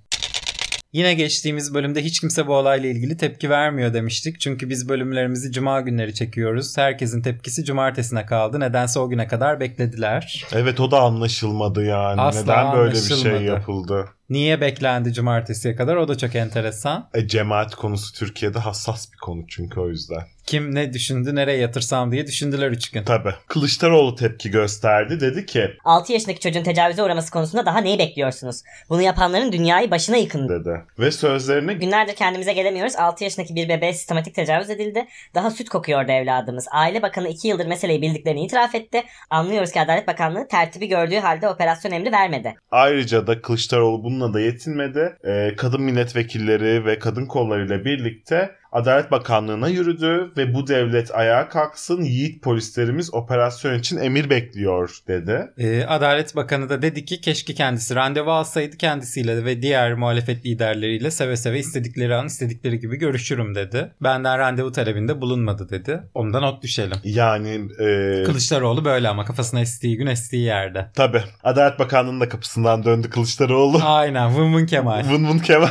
Yine geçtiğimiz bölümde hiç kimse bu olayla ilgili tepki vermiyor demiştik. Çünkü biz bölümlerimizi cuma günleri çekiyoruz. Herkesin tepkisi cumartesine kaldı. Nedense o güne kadar beklediler.
Evet o da anlaşılmadı yani.
Asla
Neden böyle bir
anlaşılmadı.
şey yapıldı?
Niye beklendi cumartesiye kadar? O da çok enteresan.
E, cemaat konusu Türkiye'de hassas bir konu çünkü o yüzden.
Kim ne düşündü, nereye yatırsam diye düşündüler 3 gün.
Tabii. Kılıçdaroğlu tepki gösterdi. Dedi ki
6 yaşındaki çocuğun tecavüze uğraması konusunda daha neyi bekliyorsunuz? Bunu yapanların dünyayı başına yıkın.
dedi. Ve sözlerini
Günlerdir kendimize gelemiyoruz. 6 yaşındaki bir bebeğe sistematik tecavüz edildi. Daha süt kokuyordu evladımız. Aile Bakanı 2 yıldır meseleyi bildiklerini itiraf etti. Anlıyoruz ki Adalet Bakanlığı tertibi gördüğü halde operasyon emri vermedi.
ayrıca da Kılıçdaroğlu bununla da yetinmedi. E, kadın milletvekilleri ve kadın kollarıyla birlikte Adalet Bakanlığı'na yürüdü ve bu devlet ayağa kalksın yiğit polislerimiz operasyon için emir bekliyor dedi.
Ee, Adalet Bakanı da dedi ki keşke kendisi randevu alsaydı kendisiyle ve diğer muhalefet liderleriyle seve seve istedikleri an istedikleri gibi görüşürüm dedi. Benden randevu talebinde bulunmadı dedi. Ondan not düşelim.
Yani e,
Kılıçdaroğlu böyle ama kafasına estiği gün estiği yerde.
tabii Adalet Bakanlığı'nın da kapısından döndü Kılıçdaroğlu.
Aynen vın vın Kemal.
Oh. Vın vın Kemal.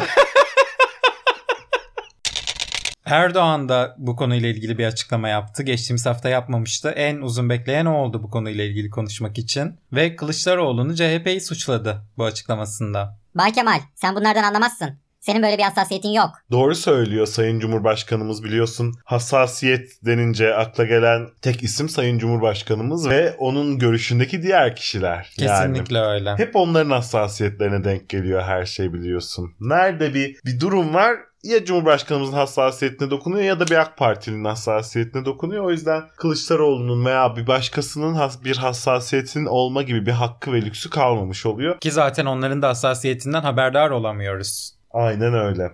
Erdoğan da bu konuyla ilgili bir açıklama yaptı. Geçtiğimiz hafta yapmamıştı. En uzun bekleyen o oldu bu konuyla ilgili konuşmak için. Ve Kılıçdaroğlu'nu CHP'yi suçladı bu açıklamasında.
Bay Kemal, sen bunlardan anlamazsın. Senin böyle bir hassasiyetin yok.
Doğru söylüyor Sayın Cumhurbaşkanımız biliyorsun. Hassasiyet denince akla gelen tek isim Sayın Cumhurbaşkanımız ve onun görüşündeki diğer kişiler. Yani.
Kesinlikle öyle.
Hep onların hassasiyetlerine denk geliyor her şey biliyorsun. Nerede bir bir durum var ya Cumhurbaşkanımızın hassasiyetine dokunuyor ya da bir AK Partili'nin hassasiyetine dokunuyor. O yüzden Kılıçdaroğlu'nun veya bir başkasının has- bir hassasiyetinin olma gibi bir hakkı ve lüksü kalmamış oluyor.
Ki zaten onların da hassasiyetinden haberdar olamıyoruz.
Aynen öyle.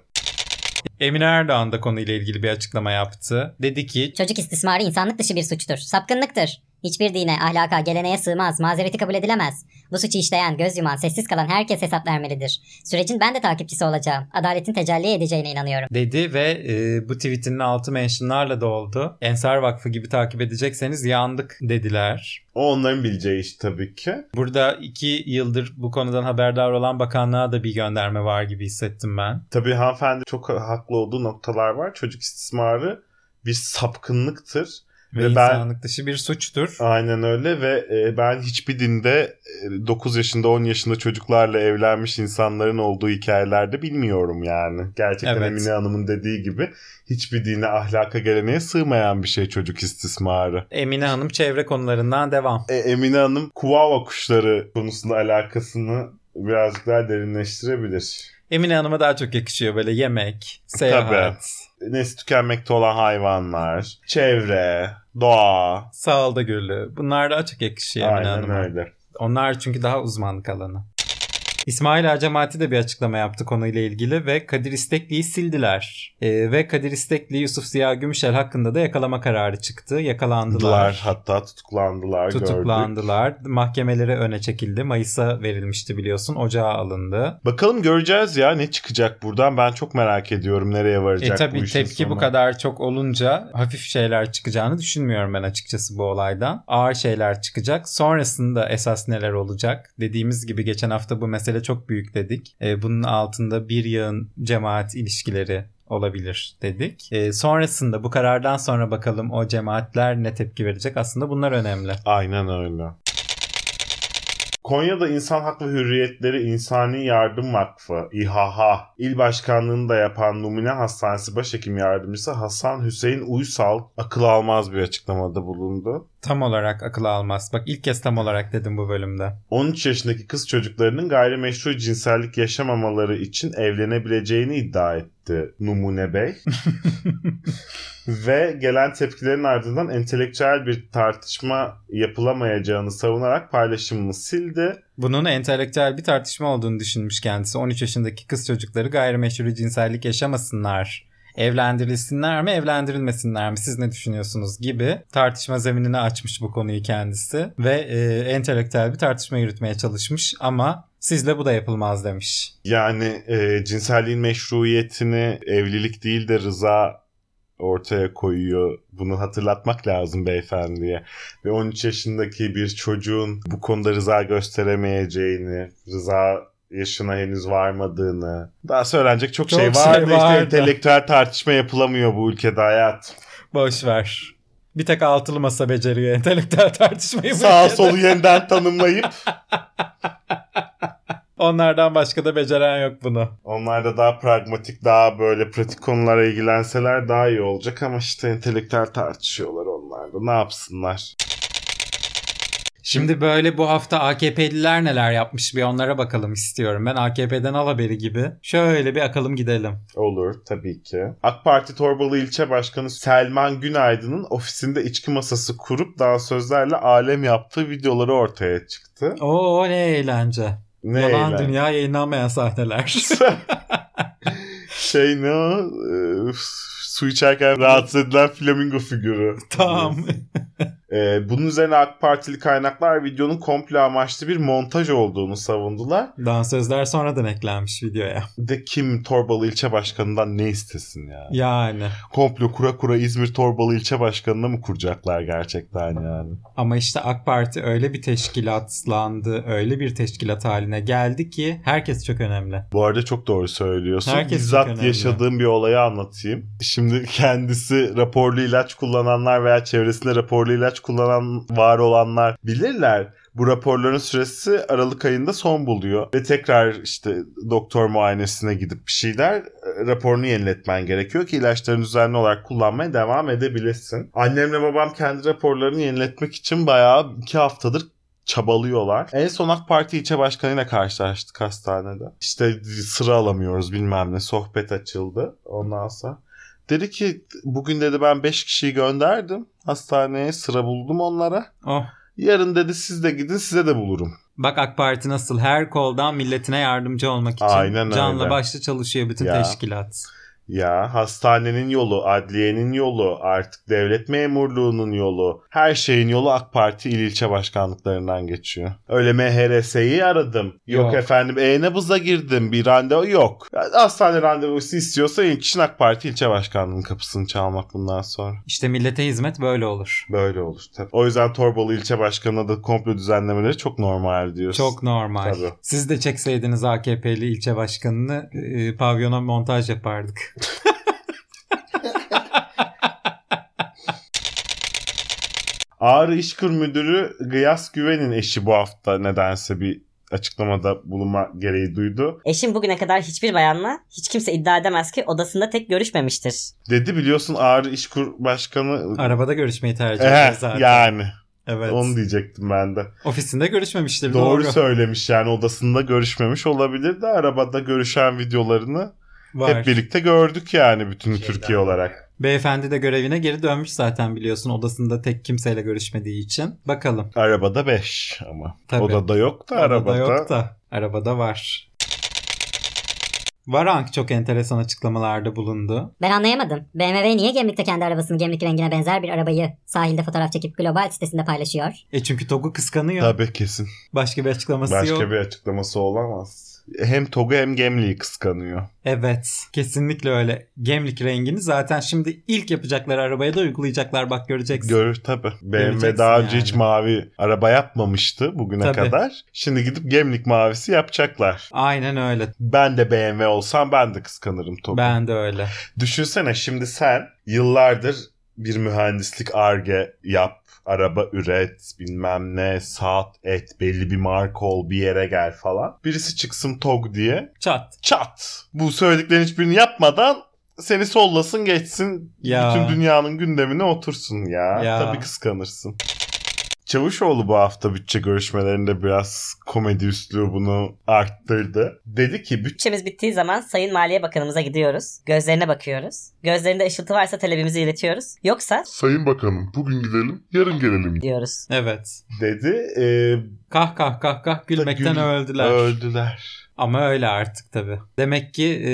Emine Erdoğan da konuyla ilgili bir açıklama yaptı. Dedi ki
Çocuk istismarı insanlık dışı bir suçtur, sapkınlıktır. Hiçbir dine, ahlaka, geleneğe sığmaz, mazereti kabul edilemez. Bu suçu işleyen, göz yuman, sessiz kalan herkes hesap vermelidir. Sürecin ben de takipçisi olacağım. Adaletin tecelli edeceğine inanıyorum.
dedi ve e, bu tweetinin altı mentionlarla doldu. Ensar Vakfı gibi takip edecekseniz yandık dediler.
O onların bileceği iş tabii ki.
Burada iki yıldır bu konudan haberdar olan bakanlığa da bir gönderme var gibi hissettim ben.
Tabii hanımefendi çok haklı olduğu noktalar var. Çocuk istismarı bir sapkınlıktır
Ve,
Ve ben-
insanlık dışı bir suçtur.
Aynen öyle ve e, ben hiçbir dinde e, 9 yaşında 10 yaşında çocuklarla evlenmiş insanların olduğu hikayelerde bilmiyorum yani. Gerçekten
Evet.
Emine Hanım'ın dediği gibi hiçbir dine ahlaka geleneğe sığmayan bir şey çocuk istismarı.
Emine Hanım çevre konularından devam.
E, Emine Hanım kuava kuşları konusunda alakasını birazcık daha derinleştirebilir.
Emine Hanım'a daha çok yakışıyor böyle yemek, seyahat,
Nesli tükenmekte olan hayvanlar, çevre, doğa.
sağalda gülü. Bunlar daha çok yakışıyor Emine
Aynen
Hanım'a.
öyle.
Onlar çünkü daha uzmanlık alanı. İsmail Acemati de bir açıklama yaptı konuyla ilgili ve Kadir İstekli'yi sildiler. Ee, ve Kadir İstekli Yusuf Ziya Gümüşel hakkında da yakalama kararı çıktı.
Tutuklandılar,
Yakalandılar.
hatta tutuklandılar gördük.
Tutuklandılar. Mahkemelere öne çekildi. Mayıs'a verilmişti biliyorsun. Ocağa alındı.
Bakalım göreceğiz ya ne çıkacak buradan. Ben çok merak ediyorum nereye varacak
e
bu
tabi
işin
tepki bu
sonu.
kadar çok olunca hafif şeyler çıkacağını düşünmüyorum ben açıkçası bu olaydan. Ağır şeyler çıkacak. Sonrasında esas neler olacak? Dediğimiz gibi geçen hafta bu mesele çok büyük dedik. E, bunun altında bir yığın cemaat ilişkileri olabilir dedik. E, sonrasında bu karardan sonra bakalım o cemaatler ne tepki verecek? Aslında bunlar önemli.
Aynen öyle. Konya'da İnsan Hak ve Hürriyetleri İnsani Yardım Vakfı İHH il başkanlığını da yapan Numune Hastanesi Başhekim Yardımcısı Hasan Hüseyin Uysal akıl almaz bir açıklamada bulundu.
Tam olarak akıl almaz. Bak ilk kez tam olarak dedim bu bölümde.
13 yaşındaki kız çocuklarının gayrimeşru cinsellik yaşamamaları için evlenebileceğini iddia etti Numune Bey. Ve gelen tepkilerin ardından entelektüel bir tartışma yapılamayacağını savunarak paylaşımını sildi.
Bunun entelektüel bir tartışma olduğunu düşünmüş kendisi. 13 yaşındaki kız çocukları gayrimeşru cinsellik yaşamasınlar. Evlendirilsinler mi, evlendirilmesinler mi? Siz ne düşünüyorsunuz gibi tartışma zeminini açmış bu konuyu kendisi ve e, entelektüel bir tartışma yürütmeye çalışmış ama sizle bu da yapılmaz demiş.
Yani e, cinselliğin meşruiyetini evlilik değil de rıza ortaya koyuyor. Bunu hatırlatmak lazım beyefendiye. Ve 13 yaşındaki bir çocuğun bu konuda rıza gösteremeyeceğini, rıza yaşına henüz varmadığını. Daha söylenecek çok,
Çok
şey
şey
var da işte
vardı.
entelektüel tartışma yapılamıyor bu ülkede hayat.
Boş ver. Bir tek altılı masa beceriyor entelektüel tartışmayı.
Sağ
Bence de.
solu yeniden tanımlayıp
Onlardan başka da beceren yok bunu.
Onlar da daha pragmatik, daha böyle pratik konulara ilgilenseler daha iyi olacak ama işte entelektüel tartışıyorlar onlar da. Ne yapsınlar?
Şimdi böyle bu hafta AKP'liler neler yapmış bir onlara bakalım istiyorum. Ben AKP'den al haberi gibi. Şöyle bir akalım gidelim.
Olur tabii ki. AK Parti Torbalı ilçe başkanı Selman Günaydın'ın ofisinde içki masası kurup dansözlerle alem yaptığı videoları ortaya çıktı.
Oo ne eğlence.
Ne
Yalan
eğlen-
dünya yayınlanmayan sahneler.
şey ne o? Ee, üf, su içerken rahatsız edilen flamingo figürü.
tamam.
Ee, bunun üzerine AK Partili kaynaklar videonun komple amaçlı bir montaj olduğunu savundular.
Dansözler sonradan eklenmiş videoya.
de kim Torbalı ilçe başkanından ne istesin ya?
Yani.
Komplo kura kura İzmir Torbalı ilçe başkanına mı kuracaklar gerçekten yani?
Ama işte AK Parti öyle bir teşkilatlandı, öyle bir teşkilat haline geldi ki herkes çok önemli.
Bu arada çok doğru söylüyorsun.
Herkes çok
Bizzat
önemli.
yaşadığım bir olayı anlatayım. Şimdi kendisi raporlu ilaç kullananlar veya çevresinde raporlu ilaç kullanan var olanlar bilirler. Bu raporların süresi Aralık ayında son buluyor ve tekrar işte doktor muayenesine gidip bir şeyler e, raporunu yeniletmen gerekiyor ki ilaçlarını düzenli olarak kullanmaya devam edebilesin. Annemle babam kendi raporlarını yeniletmek için bayağı iki haftadır çabalıyorlar. En son AK Parti ilçe başkanıyla karşılaştık hastanede. İşte sıra alamıyoruz bilmem ne sohbet açıldı ondan sonra. Dedi ki bugün dedi ben 5 kişiyi gönderdim hastaneye sıra buldum onlara.
Oh.
Yarın dedi siz de gidin size de bulurum.
Bak AK Parti nasıl her koldan milletine yardımcı olmak için
Aynen öyle.
canla başla çalışıyor bütün
Ya.
teşkilat.
Ya hastanenin yolu, adliyenin yolu, artık devlet memurluğunun yolu, her şeyin yolu AK Parti il ilçe başkanlıklarından geçiyor. Öyle MHRS'yi aradım. Yok,
Yok.
efendim e-nabıza girdim bir randevu yok. Hastane randevusu istiyorsa ilk işin AK Parti ilçe başkanlığının kapısını çalmak bundan sonra.
İşte millete hizmet böyle olur.
Böyle olur tabii. O yüzden Torbalı ilçe başkanına da komplo düzenlemeleri çok normal diyorsun.
Çok normal.
Tabii.
Siz de çekseydiniz AKP'li ilçe başkanını e, pavyona montaj yapardık.
Ağrı İşkur Müdürü Gıyas Güven'in eşi bu hafta nedense bir açıklamada bulunma gereği duydu.
Eşim bugüne kadar hiçbir bayanla hiç kimse iddia edemez ki odasında tek görüşmemiştir.
Dedi biliyorsun Ağrı İşkur Başkanı...
Arabada görüşmeyi tercih
Ehe,
ediyor zaten.
yani
evet.
Eh, onu diyecektim ben de.
Ofisinde görüşmemiştir.
Doğru
Doğru.
söylemiş yani odasında görüşmemiş olabilir de arabada görüşen videolarını
Var.
hep birlikte gördük yani bütün
Şeyden
Türkiye
dolayı.
olarak.
Beyefendi de görevine geri dönmüş zaten biliyorsun odasında tek kimseyle görüşmediği için. Bakalım.
Arabada 5 ama.
Tabii.
Odada yok da arabada.
yok da arabada var. Varank çok enteresan açıklamalarda bulundu.
Ben anlayamadım. BMW niye gemlikte kendi arabasını gemlik rengine benzer bir arabayı sahilde fotoğraf çekip global sitesinde paylaşıyor?
E çünkü Togu kıskanıyor.
Tabii kesin.
Başka bir açıklaması
Başka
yok.
bir açıklaması olamaz. Hem Togu hem Gemli'yi kıskanıyor.
Evet. Kesinlikle öyle. Gemlik rengini zaten şimdi ilk yapacakları arabaya da uygulayacaklar bak göreceksin.
Görür tabi. BMW
Göreceksin
daha önce
yani.
hiç mavi araba yapmamıştı bugüne
Tabii.
kadar. Şimdi gidip Gemlik mavisi yapacaklar.
Aynen öyle.
Ben de BMW olsam ben de kıskanırım Togu.
Ben de öyle.
Düşünsene şimdi sen yıllardır bir mühendislik arge E yap, araba üret, bilmem ne, saat et, belli bir marka ol, bir yere gel falan. Birisi çıksın TOG diye
Çat.
çat. Bu söylediklerin hiçbirini yapmadan seni sollasın geçsin.
Ya.
Bütün dünyanın gündemine otursun ya.
Ya.
Tabii kıskanırsın. Çavuşoğlu bu hafta bütçe görüşmelerinde biraz komedi üslubunu arttırdı. Dedi ki "Büt-
Bütçemiz bittiği zaman Sayın Maliye Bakanımıza gidiyoruz. Gözlerine bakıyoruz. Gözlerinde ışıltı varsa talebimizi iletiyoruz. Yoksa
Sayın Bakanım bugün gidelim yarın gelelim
diyoruz.
Evet.
dedi e,
Kah kah kah kah gülmekten
gül-
öldüler.
öldüler.
Ama öyle artık tabii. Demek ki e,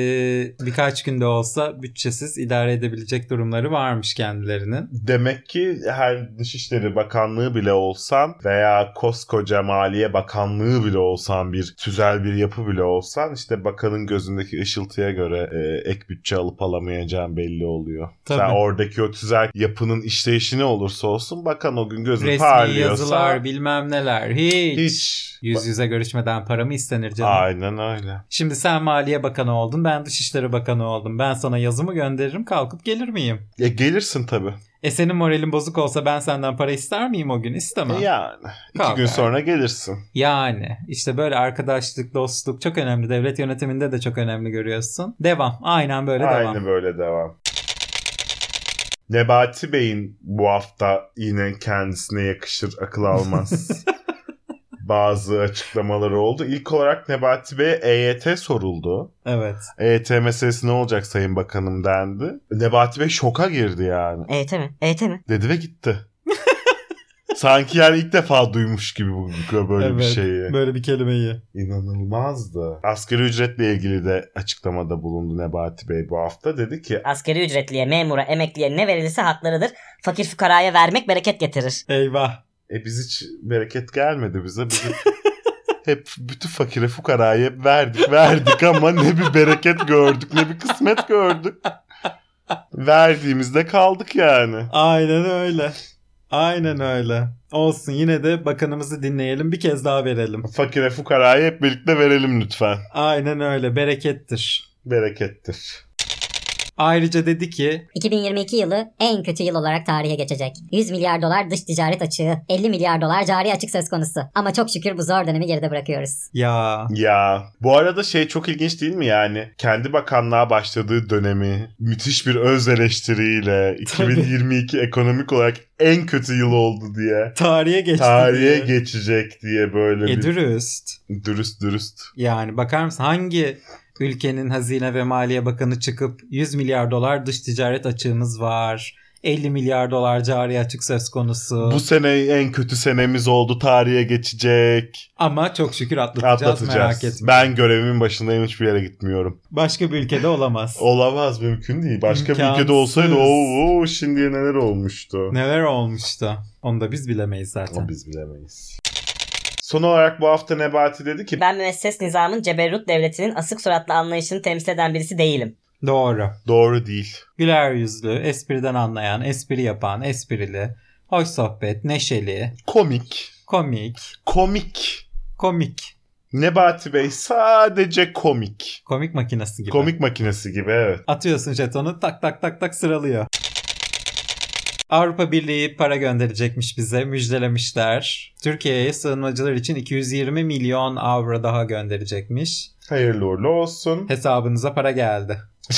birkaç günde olsa bütçesiz idare edebilecek durumları varmış kendilerinin.
Demek ki her Dışişleri Bakanlığı bile olsan veya koskoca Maliye Bakanlığı bile olsan bir tüzel bir yapı bile olsan işte bakanın gözündeki ışıltıya göre e, ek bütçe alıp alamayacağın belli oluyor.
Tabii.
Sen oradaki o tüzel yapının işleyişi ne olursa olsun bakan o gün gözü
Resmi
parlıyorsa
yazılar bilmem neler hiç.
hiç.
Yüz yüze görüşmeden para mı istenir canım?
Aynen öyle.
Şimdi sen Maliye Bakanı oldun ben Dışişleri Bakanı oldum. Ben sana yazımı gönderirim kalkıp gelir miyim?
E, gelirsin tabii.
E senin moralin bozuk olsa ben senden para ister miyim o gün? İstemem.
E, Yani iki
Kalk
gün
yani.
sonra gelirsin.
Yani işte böyle arkadaşlık, dostluk çok önemli. Devlet yönetiminde de çok önemli görüyorsun. Devam. Aynen böyle
Aynı
devam.
böyle devam. Nebati Bey'in bu hafta yine kendisine yakışır akıl almaz bazı açıklamaları oldu. İlk olarak Nebati Bey'e EYT soruldu.
Evet.
EYT meselesi ne olacak Sayın Bakanım dendi. Nebati Bey şoka girdi yani.
EYT E mi? EYT mi?
Dedi ve gitti. Sanki yani ilk defa duymuş gibi bu bu- böyle bir şey
Evet,
şeyi.
Böyle bir kelimeyi.
İnanılmazdı. Asgari ücretle ilgili de açıklamada bulundu Nebati Bey bu hafta. Dedi ki
Askeri ücretliye, memura, emekliye ne verilirse haklarıdır. Fakir fukaraya vermek bereket getirir.
Eyvah.
E biz hiç bereket gelmedi bize. Biz hep, hep bütün fakire fukaraya verdik verdik ama ne bir bereket gördük ne bir kısmet gördük. Verdiğimizde kaldık yani.
Aynen öyle. Aynen öyle. Olsun yine de bakanımızı dinleyelim bir kez daha verelim.
Fakire fukaraya hep birlikte verelim lütfen.
Aynen öyle berekettir.
Berekettir.
Ayrıca dedi ki
2022 yılı en kötü yıl olarak tarihe geçecek. 100 milyar dolar dış ticaret açığı, 50 milyar dolar cari açık söz konusu. Ama çok şükür bu zor dönemi geride bırakıyoruz.
ya
Ya bu arada şey çok ilginç değil mi yani? Kendi bakanlığa başladığı dönemi müthiş bir öz eleştiriyle 2022 ekonomik olarak en kötü yıl oldu diye
tarihe geçti.
tarihe
diye.
geçecek diye böyle
E,
bir
dürüst.
dürüst dürüst
Yani bakar mısın hangi ülkenin Hazine ve Maliye Bakanı çıkıp 100 milyar dolar dış ticaret açığımız var. 50 milyar dolar cari açık söz konusu.
Bu sene en kötü senemiz oldu. Tarihe geçecek.
Ama çok şükür atlatacağız,
Atlatacağız.
merak etme.
Ben görevimin başındayım. Hiçbir yere gitmiyorum.
Başka bir ülkede olamaz.
Olamaz. Mümkün değil. Başka bir ülkede
İmkansız.
olsaydı o şimdiye neler olmuştu.
Neler olmuştu? Onu da biz bilemeyiz zaten.
Ama biz bilemeyiz. Son olarak bu hafta Nebati dedi ki
Ben müesses nizamın ceberrut devletinin asık suratlı anlayışını temsil eden birisi değilim.
Doğru.
doğru değil.
Güler yüzlü, espriden anlayan, espri yapan, esprili, hoş sohbet, neşeli,
Komik.
komik,
Komik.
komik.
Nebati Bey sadece komik.
Komik makinesi gibi.
Komik makinesi gibi evet.
Atıyorsun jetonu tak tak tak tak sıralıyor. Avrupa Birliği para gönderecekmiş bize müjdelemişler. Türkiye'ye sığınmacılar için 220 milyon avro daha gönderecekmiş.
Hayırlı uğurlu olsun.
Hesabınıza para geldi.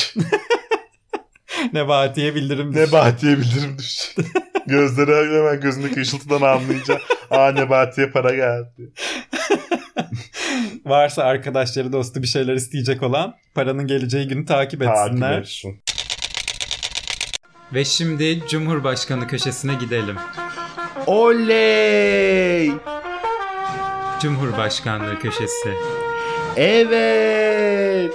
Nebati'ye bildirim.
Nebati'ye bildirim düştü. Gözleri hemen gözündeki ışıltıdan anlayınca aa Nebati'ye para geldi.
Varsa arkadaşları dostu bir şeyler isteyecek olan paranın geleceği günü takip
Takip
etsinler.
etsin.
Ve şimdi Cumhurbaşkanı köşesine gidelim.
Oley!
Cumhurbaşkanlığı köşesi.
Evet!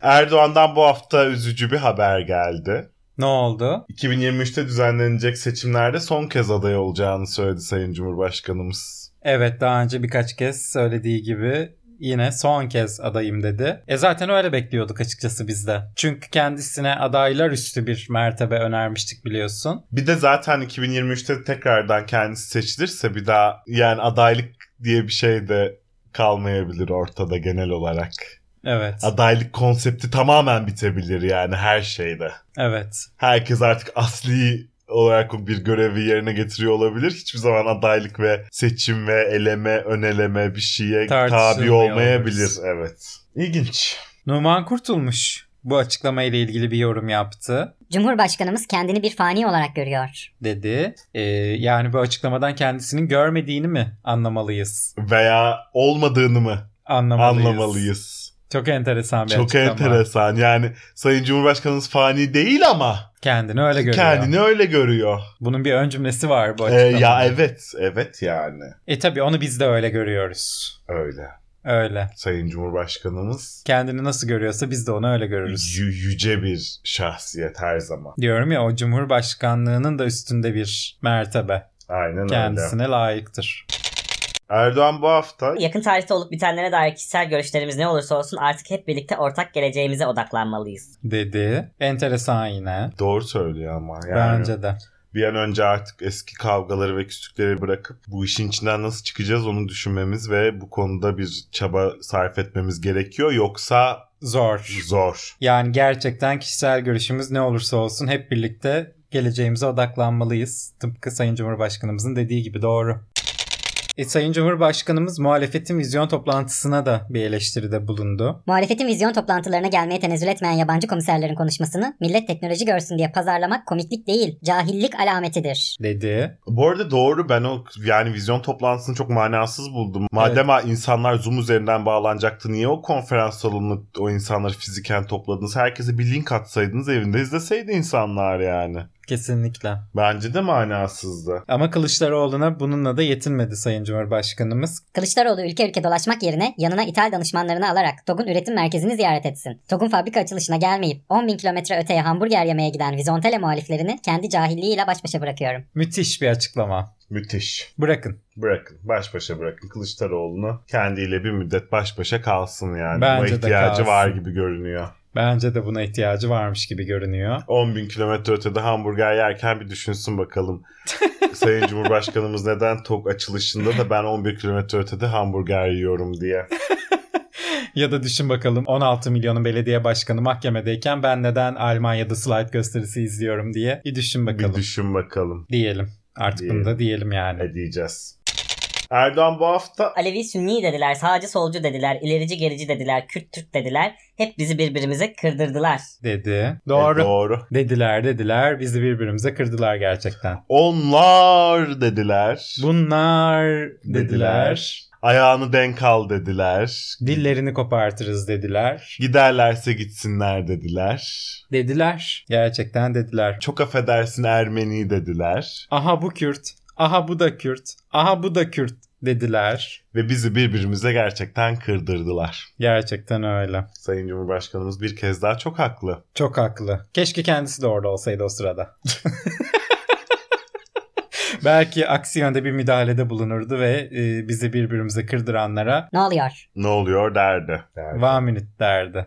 Erdoğan'dan bu hafta üzücü bir haber geldi.
Ne oldu?
2023'te düzenlenecek seçimlerde son kez aday olacağını söyledi Sayın Cumhurbaşkanımız.
Evet daha önce birkaç kez söylediği gibi yine son kez adayım dedi. E zaten öyle bekliyorduk açıkçası biz de. Çünkü kendisine adaylar üstü bir mertebe önermiştik biliyorsun.
Bir de zaten 2023'te tekrardan kendisi seçilirse bir daha yani adaylık diye bir şey de kalmayabilir ortada genel olarak.
Evet.
Adaylık konsepti tamamen bitebilir yani her şeyde.
evet.
herkes artık asli olarak bir görevi yerine getiriyor olabilir. Hiçbir zaman adaylık ve seçim ve eleme, öneleme bir şeye tabi
Tartışılmıyor
olmayabilir.
oluruz.
Evet. İlginç.
Numan Kurtulmuş bu açıklamayla ilgili bir yorum yaptı
Cumhurbaşkanımız kendini bir fani olarak görüyor.
dedi. E, yani bu açıklamadan kendisinin görmediğini mi anlamalıyız?
Veya olmadığını mı
Anlamalıyız.
anlamalıyız.
Çok enteresan bir
Çok
açıklama.
enteresan. Yani Sayın Cumhurbaşkanımız fani değil ama
Kendini öyle görüyor.
kendini öyle görüyor.
Bunun bir ön cümlesi var bu
Ee,
açıklamada.
ya evet, evet yani.
E tabii onu biz de öyle görüyoruz.
Öyle.
Öyle.
Sayın Cumhurbaşkanımız
Kendini nasıl görüyorsa biz de onu öyle görürüz.
yü- yüce bir şahsiyet her zaman.
Diyorum ya o cumhurbaşkanlığının da üstünde bir mertebe.
Aynen öyle.
Kendisine layıktır.
Erdoğan bu hafta
Yakın tarihte olup bitenlere dair kişisel görüşlerimiz ne olursa olsun artık hep birlikte ortak geleceğimize odaklanmalıyız.
Dedi. Enteresan yine.
Doğru söylüyor ama yani
Bence de.
bir an önce artık eski kavgaları ve küslükleri bırakıp bu işin içinden nasıl çıkacağız onu düşünmemiz ve bu konuda bir çaba sarf etmemiz gerekiyor yoksa
Zor.
zor.
Yani gerçekten kişisel görüşümüz ne olursa olsun hep birlikte geleceğimize odaklanmalıyız. Tıpkı Sayın Cumhurbaşkanımızın dediği gibi doğru. E, Sayın Cumhurbaşkanımız muhalefetin vizyon toplantısına da bir eleştiride bulundu.
Muhalefetin vizyon toplantılarına gelmeye tenezzül etmeyen yabancı komiserlerin konuşmasını millet teknoloji görsün diye pazarlamak komiklik değil, cahillik alametidir.
dedi.
Bu arada doğru ben o yani vizyon toplantısını çok manasız buldum. Madem ha insanlar Zoom üzerinden bağlanacaktı niye o konferans salonuna o insanları fiziken topladınız? Herkese bir link atsaydınız evinde izleseydi insanlar yani.
Kesinlikle.
Bence de manasızdı.
Ama Kılıçdaroğlu'na bununla da yetinmedi Sayın Cumhurbaşkanımız.
Kılıçdaroğlu ülke ülke dolaşmak yerine yanına ithal danışmanlarını alarak TOG'un üretim merkezini ziyaret etsin. TOG'un fabrika açılışına gelmeyip 10 bin kilometre öteye hamburger yemeye giden Vizontele muhaliflerini kendi cahilliğiyle baş başa bırakıyorum.
Müthiş bir açıklama.
Müthiş.
Bırakın.
Bırakın. Baş başa bırakın. Kılıçdaroğlu'nu kendiyle bir müddet baş başa kalsın yani.
Bence de
Buna ihtiyacı
kalsın.
var gibi görünüyor.
Bence de buna ihtiyacı varmış gibi görünüyor.
10 bin kilometre ötede hamburger yerken bir düşünsün bakalım. Sayın Cumhurbaşkanımız neden TOK açılışında da ben 11 kilometre ötede hamburger yiyorum diye.
Ya da düşün bakalım 16 milyonun belediye başkanı mahkemedeyken ben neden Almanya'da slide gösterisi izliyorum diye bir düşün bakalım.
Bir düşün bakalım.
diyelim. Artık
Diyelim.
bunu da diyelim yani.
Ne diyeceğiz? Erdoğan bu hafta
Alevi Sünni dediler, sağcı solcu dediler, ilerici gerici dediler, Kürt Türk dediler. Hep bizi birbirimize kırdırdılar.
Dedi.
E,
Doğru.
doğru.
Dediler dediler. Bizi birbirimize kırdılar gerçekten.
Onlar dediler.
Bunlar dediler.
Dediler. Ayağını denk al dediler.
Dillerini kopartırız dediler.
Giderlerse gitsinler dediler.
Dediler. Gerçekten dediler.
Çok affedersin Ermeni dediler
Aha bu Kürt. Aha bu da Kürt. Aha bu da Kürt dediler.
ve bizi birbirimize gerçekten kırdırdılar.
Gerçekten öyle.
Sayın Cumhurbaşkanımız bir kez daha çok haklı.
Çok haklı. Keşke kendisi de orada olsaydı o sırada. Belki aksi yönde bir müdahalede bulunurdu ve e, bizi birbirimize kırdıranlara
Ne oluyor?
Ne oluyor derdi. derdi.
one minute derdi.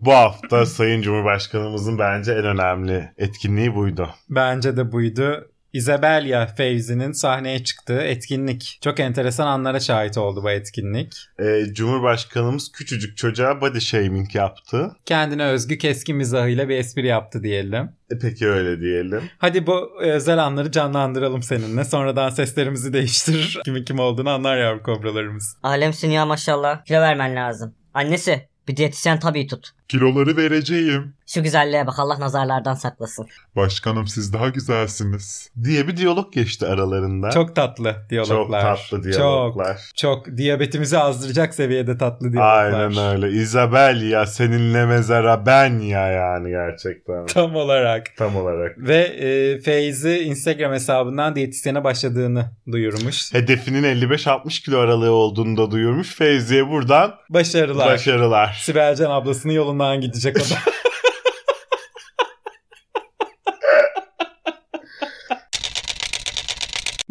Bu hafta Sayın Cumhurbaşkanımızın bence en önemli etkinliği buydu.
Bence de buydu. Isabella Feyzi'nin sahneye çıktığı etkinlik. Çok enteresan anlara şahit oldu bu etkinlik.
Ee, Cumhurbaşkanımız küçücük çocuğa body shaming yaptı.
Kendine özgü keskin mizahıyla bir espri yaptı diyelim.
E, peki öyle diyelim.
Hadi bu özel anları canlandıralım seninle. Sonradan seslerimizi değiştirir. Kimin kim olduğunu anlar yavru kobralarımız.
Alemsin ya maşallah. Kilo vermen lazım. Annesi bir diyetisyen tabii tut.
Kiloları vereceğim.
Şu güzelliğe bak Allah nazarlardan saklasın.
Başkanım siz daha güzelsiniz.
Diye bir diyalog geçti aralarında.
Çok tatlı
Çok
diyaloglar.
tatlı diyaloglar.
Çok, çok diyabetimizi azdıracak seviyede tatlı diyaloglar.
Aynen öyle. Isabel ya seninle mezara ben ya yani gerçekten.
Tam olarak.
Tam olarak.
Ve e, Feyzi Instagram hesabından diyetisyene başladığını duyurmuş.
Hedefinin 55-60 kilo aralığı olduğunu da duyurmuş. Feyzi'ye buradan
Başarılar.
başarılar.
Sibelcan ablasının yolundan gidecek o da.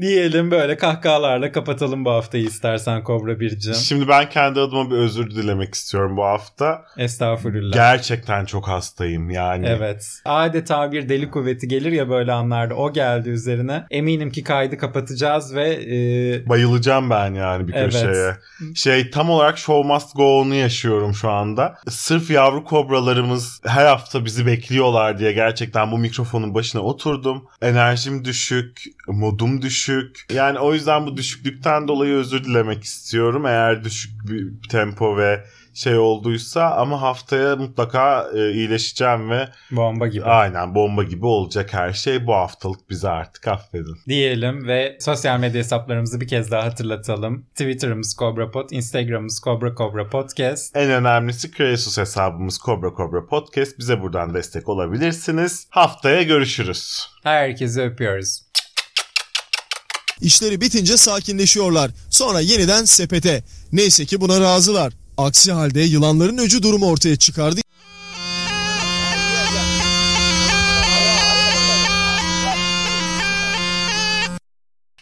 Diyelim böyle kahkahalarla kapatalım bu haftayı istersen Kobra Bircan.
Şimdi ben kendi adıma bir özür dilemek istiyorum bu hafta.
Estağfurullah.
Gerçekten çok hastayım yani.
Evet. Adeta bir deli kuvveti gelir ya böyle anlarda. O geldi üzerine. Eminim ki kaydı kapatacağız ve e,
Bayılacağım ben yani bir
Evet.
köşeye. Şey tam olarak Show Must Go On'u yaşıyorum şu anda. Sırf yavru kobralarımız her hafta bizi bekliyorlar diye gerçekten bu mikrofonun başına oturdum. Enerjim düşük, modum düşük. Yani o yüzden bu düşüklükten dolayı özür dilemek istiyorum. Eğer düşük bir tempo ve şey olduysa ama haftaya mutlaka e, iyileşeceğim ve
bomba gibi.
aynen bomba gibi olacak her şey. Bu haftalık bizi artık affedin.
diyelim ve sosyal medya hesaplarımızı bir kez daha hatırlatalım. Twitter'ımız CobraPod, Instagram'ımız Cobra Cobra Podcast.
En önemlisi Kreasus hesabımız Kobra Kobra Podcast. Bize buradan destek olabilirsiniz. Haftaya görüşürüz.
Herkesi öpüyoruz.
İşleri bitince sakinleşiyorlar. Sonra yeniden sepete. Neyse ki buna razılar. Aksi halde yılanların öcü durumu ortaya çıkardı.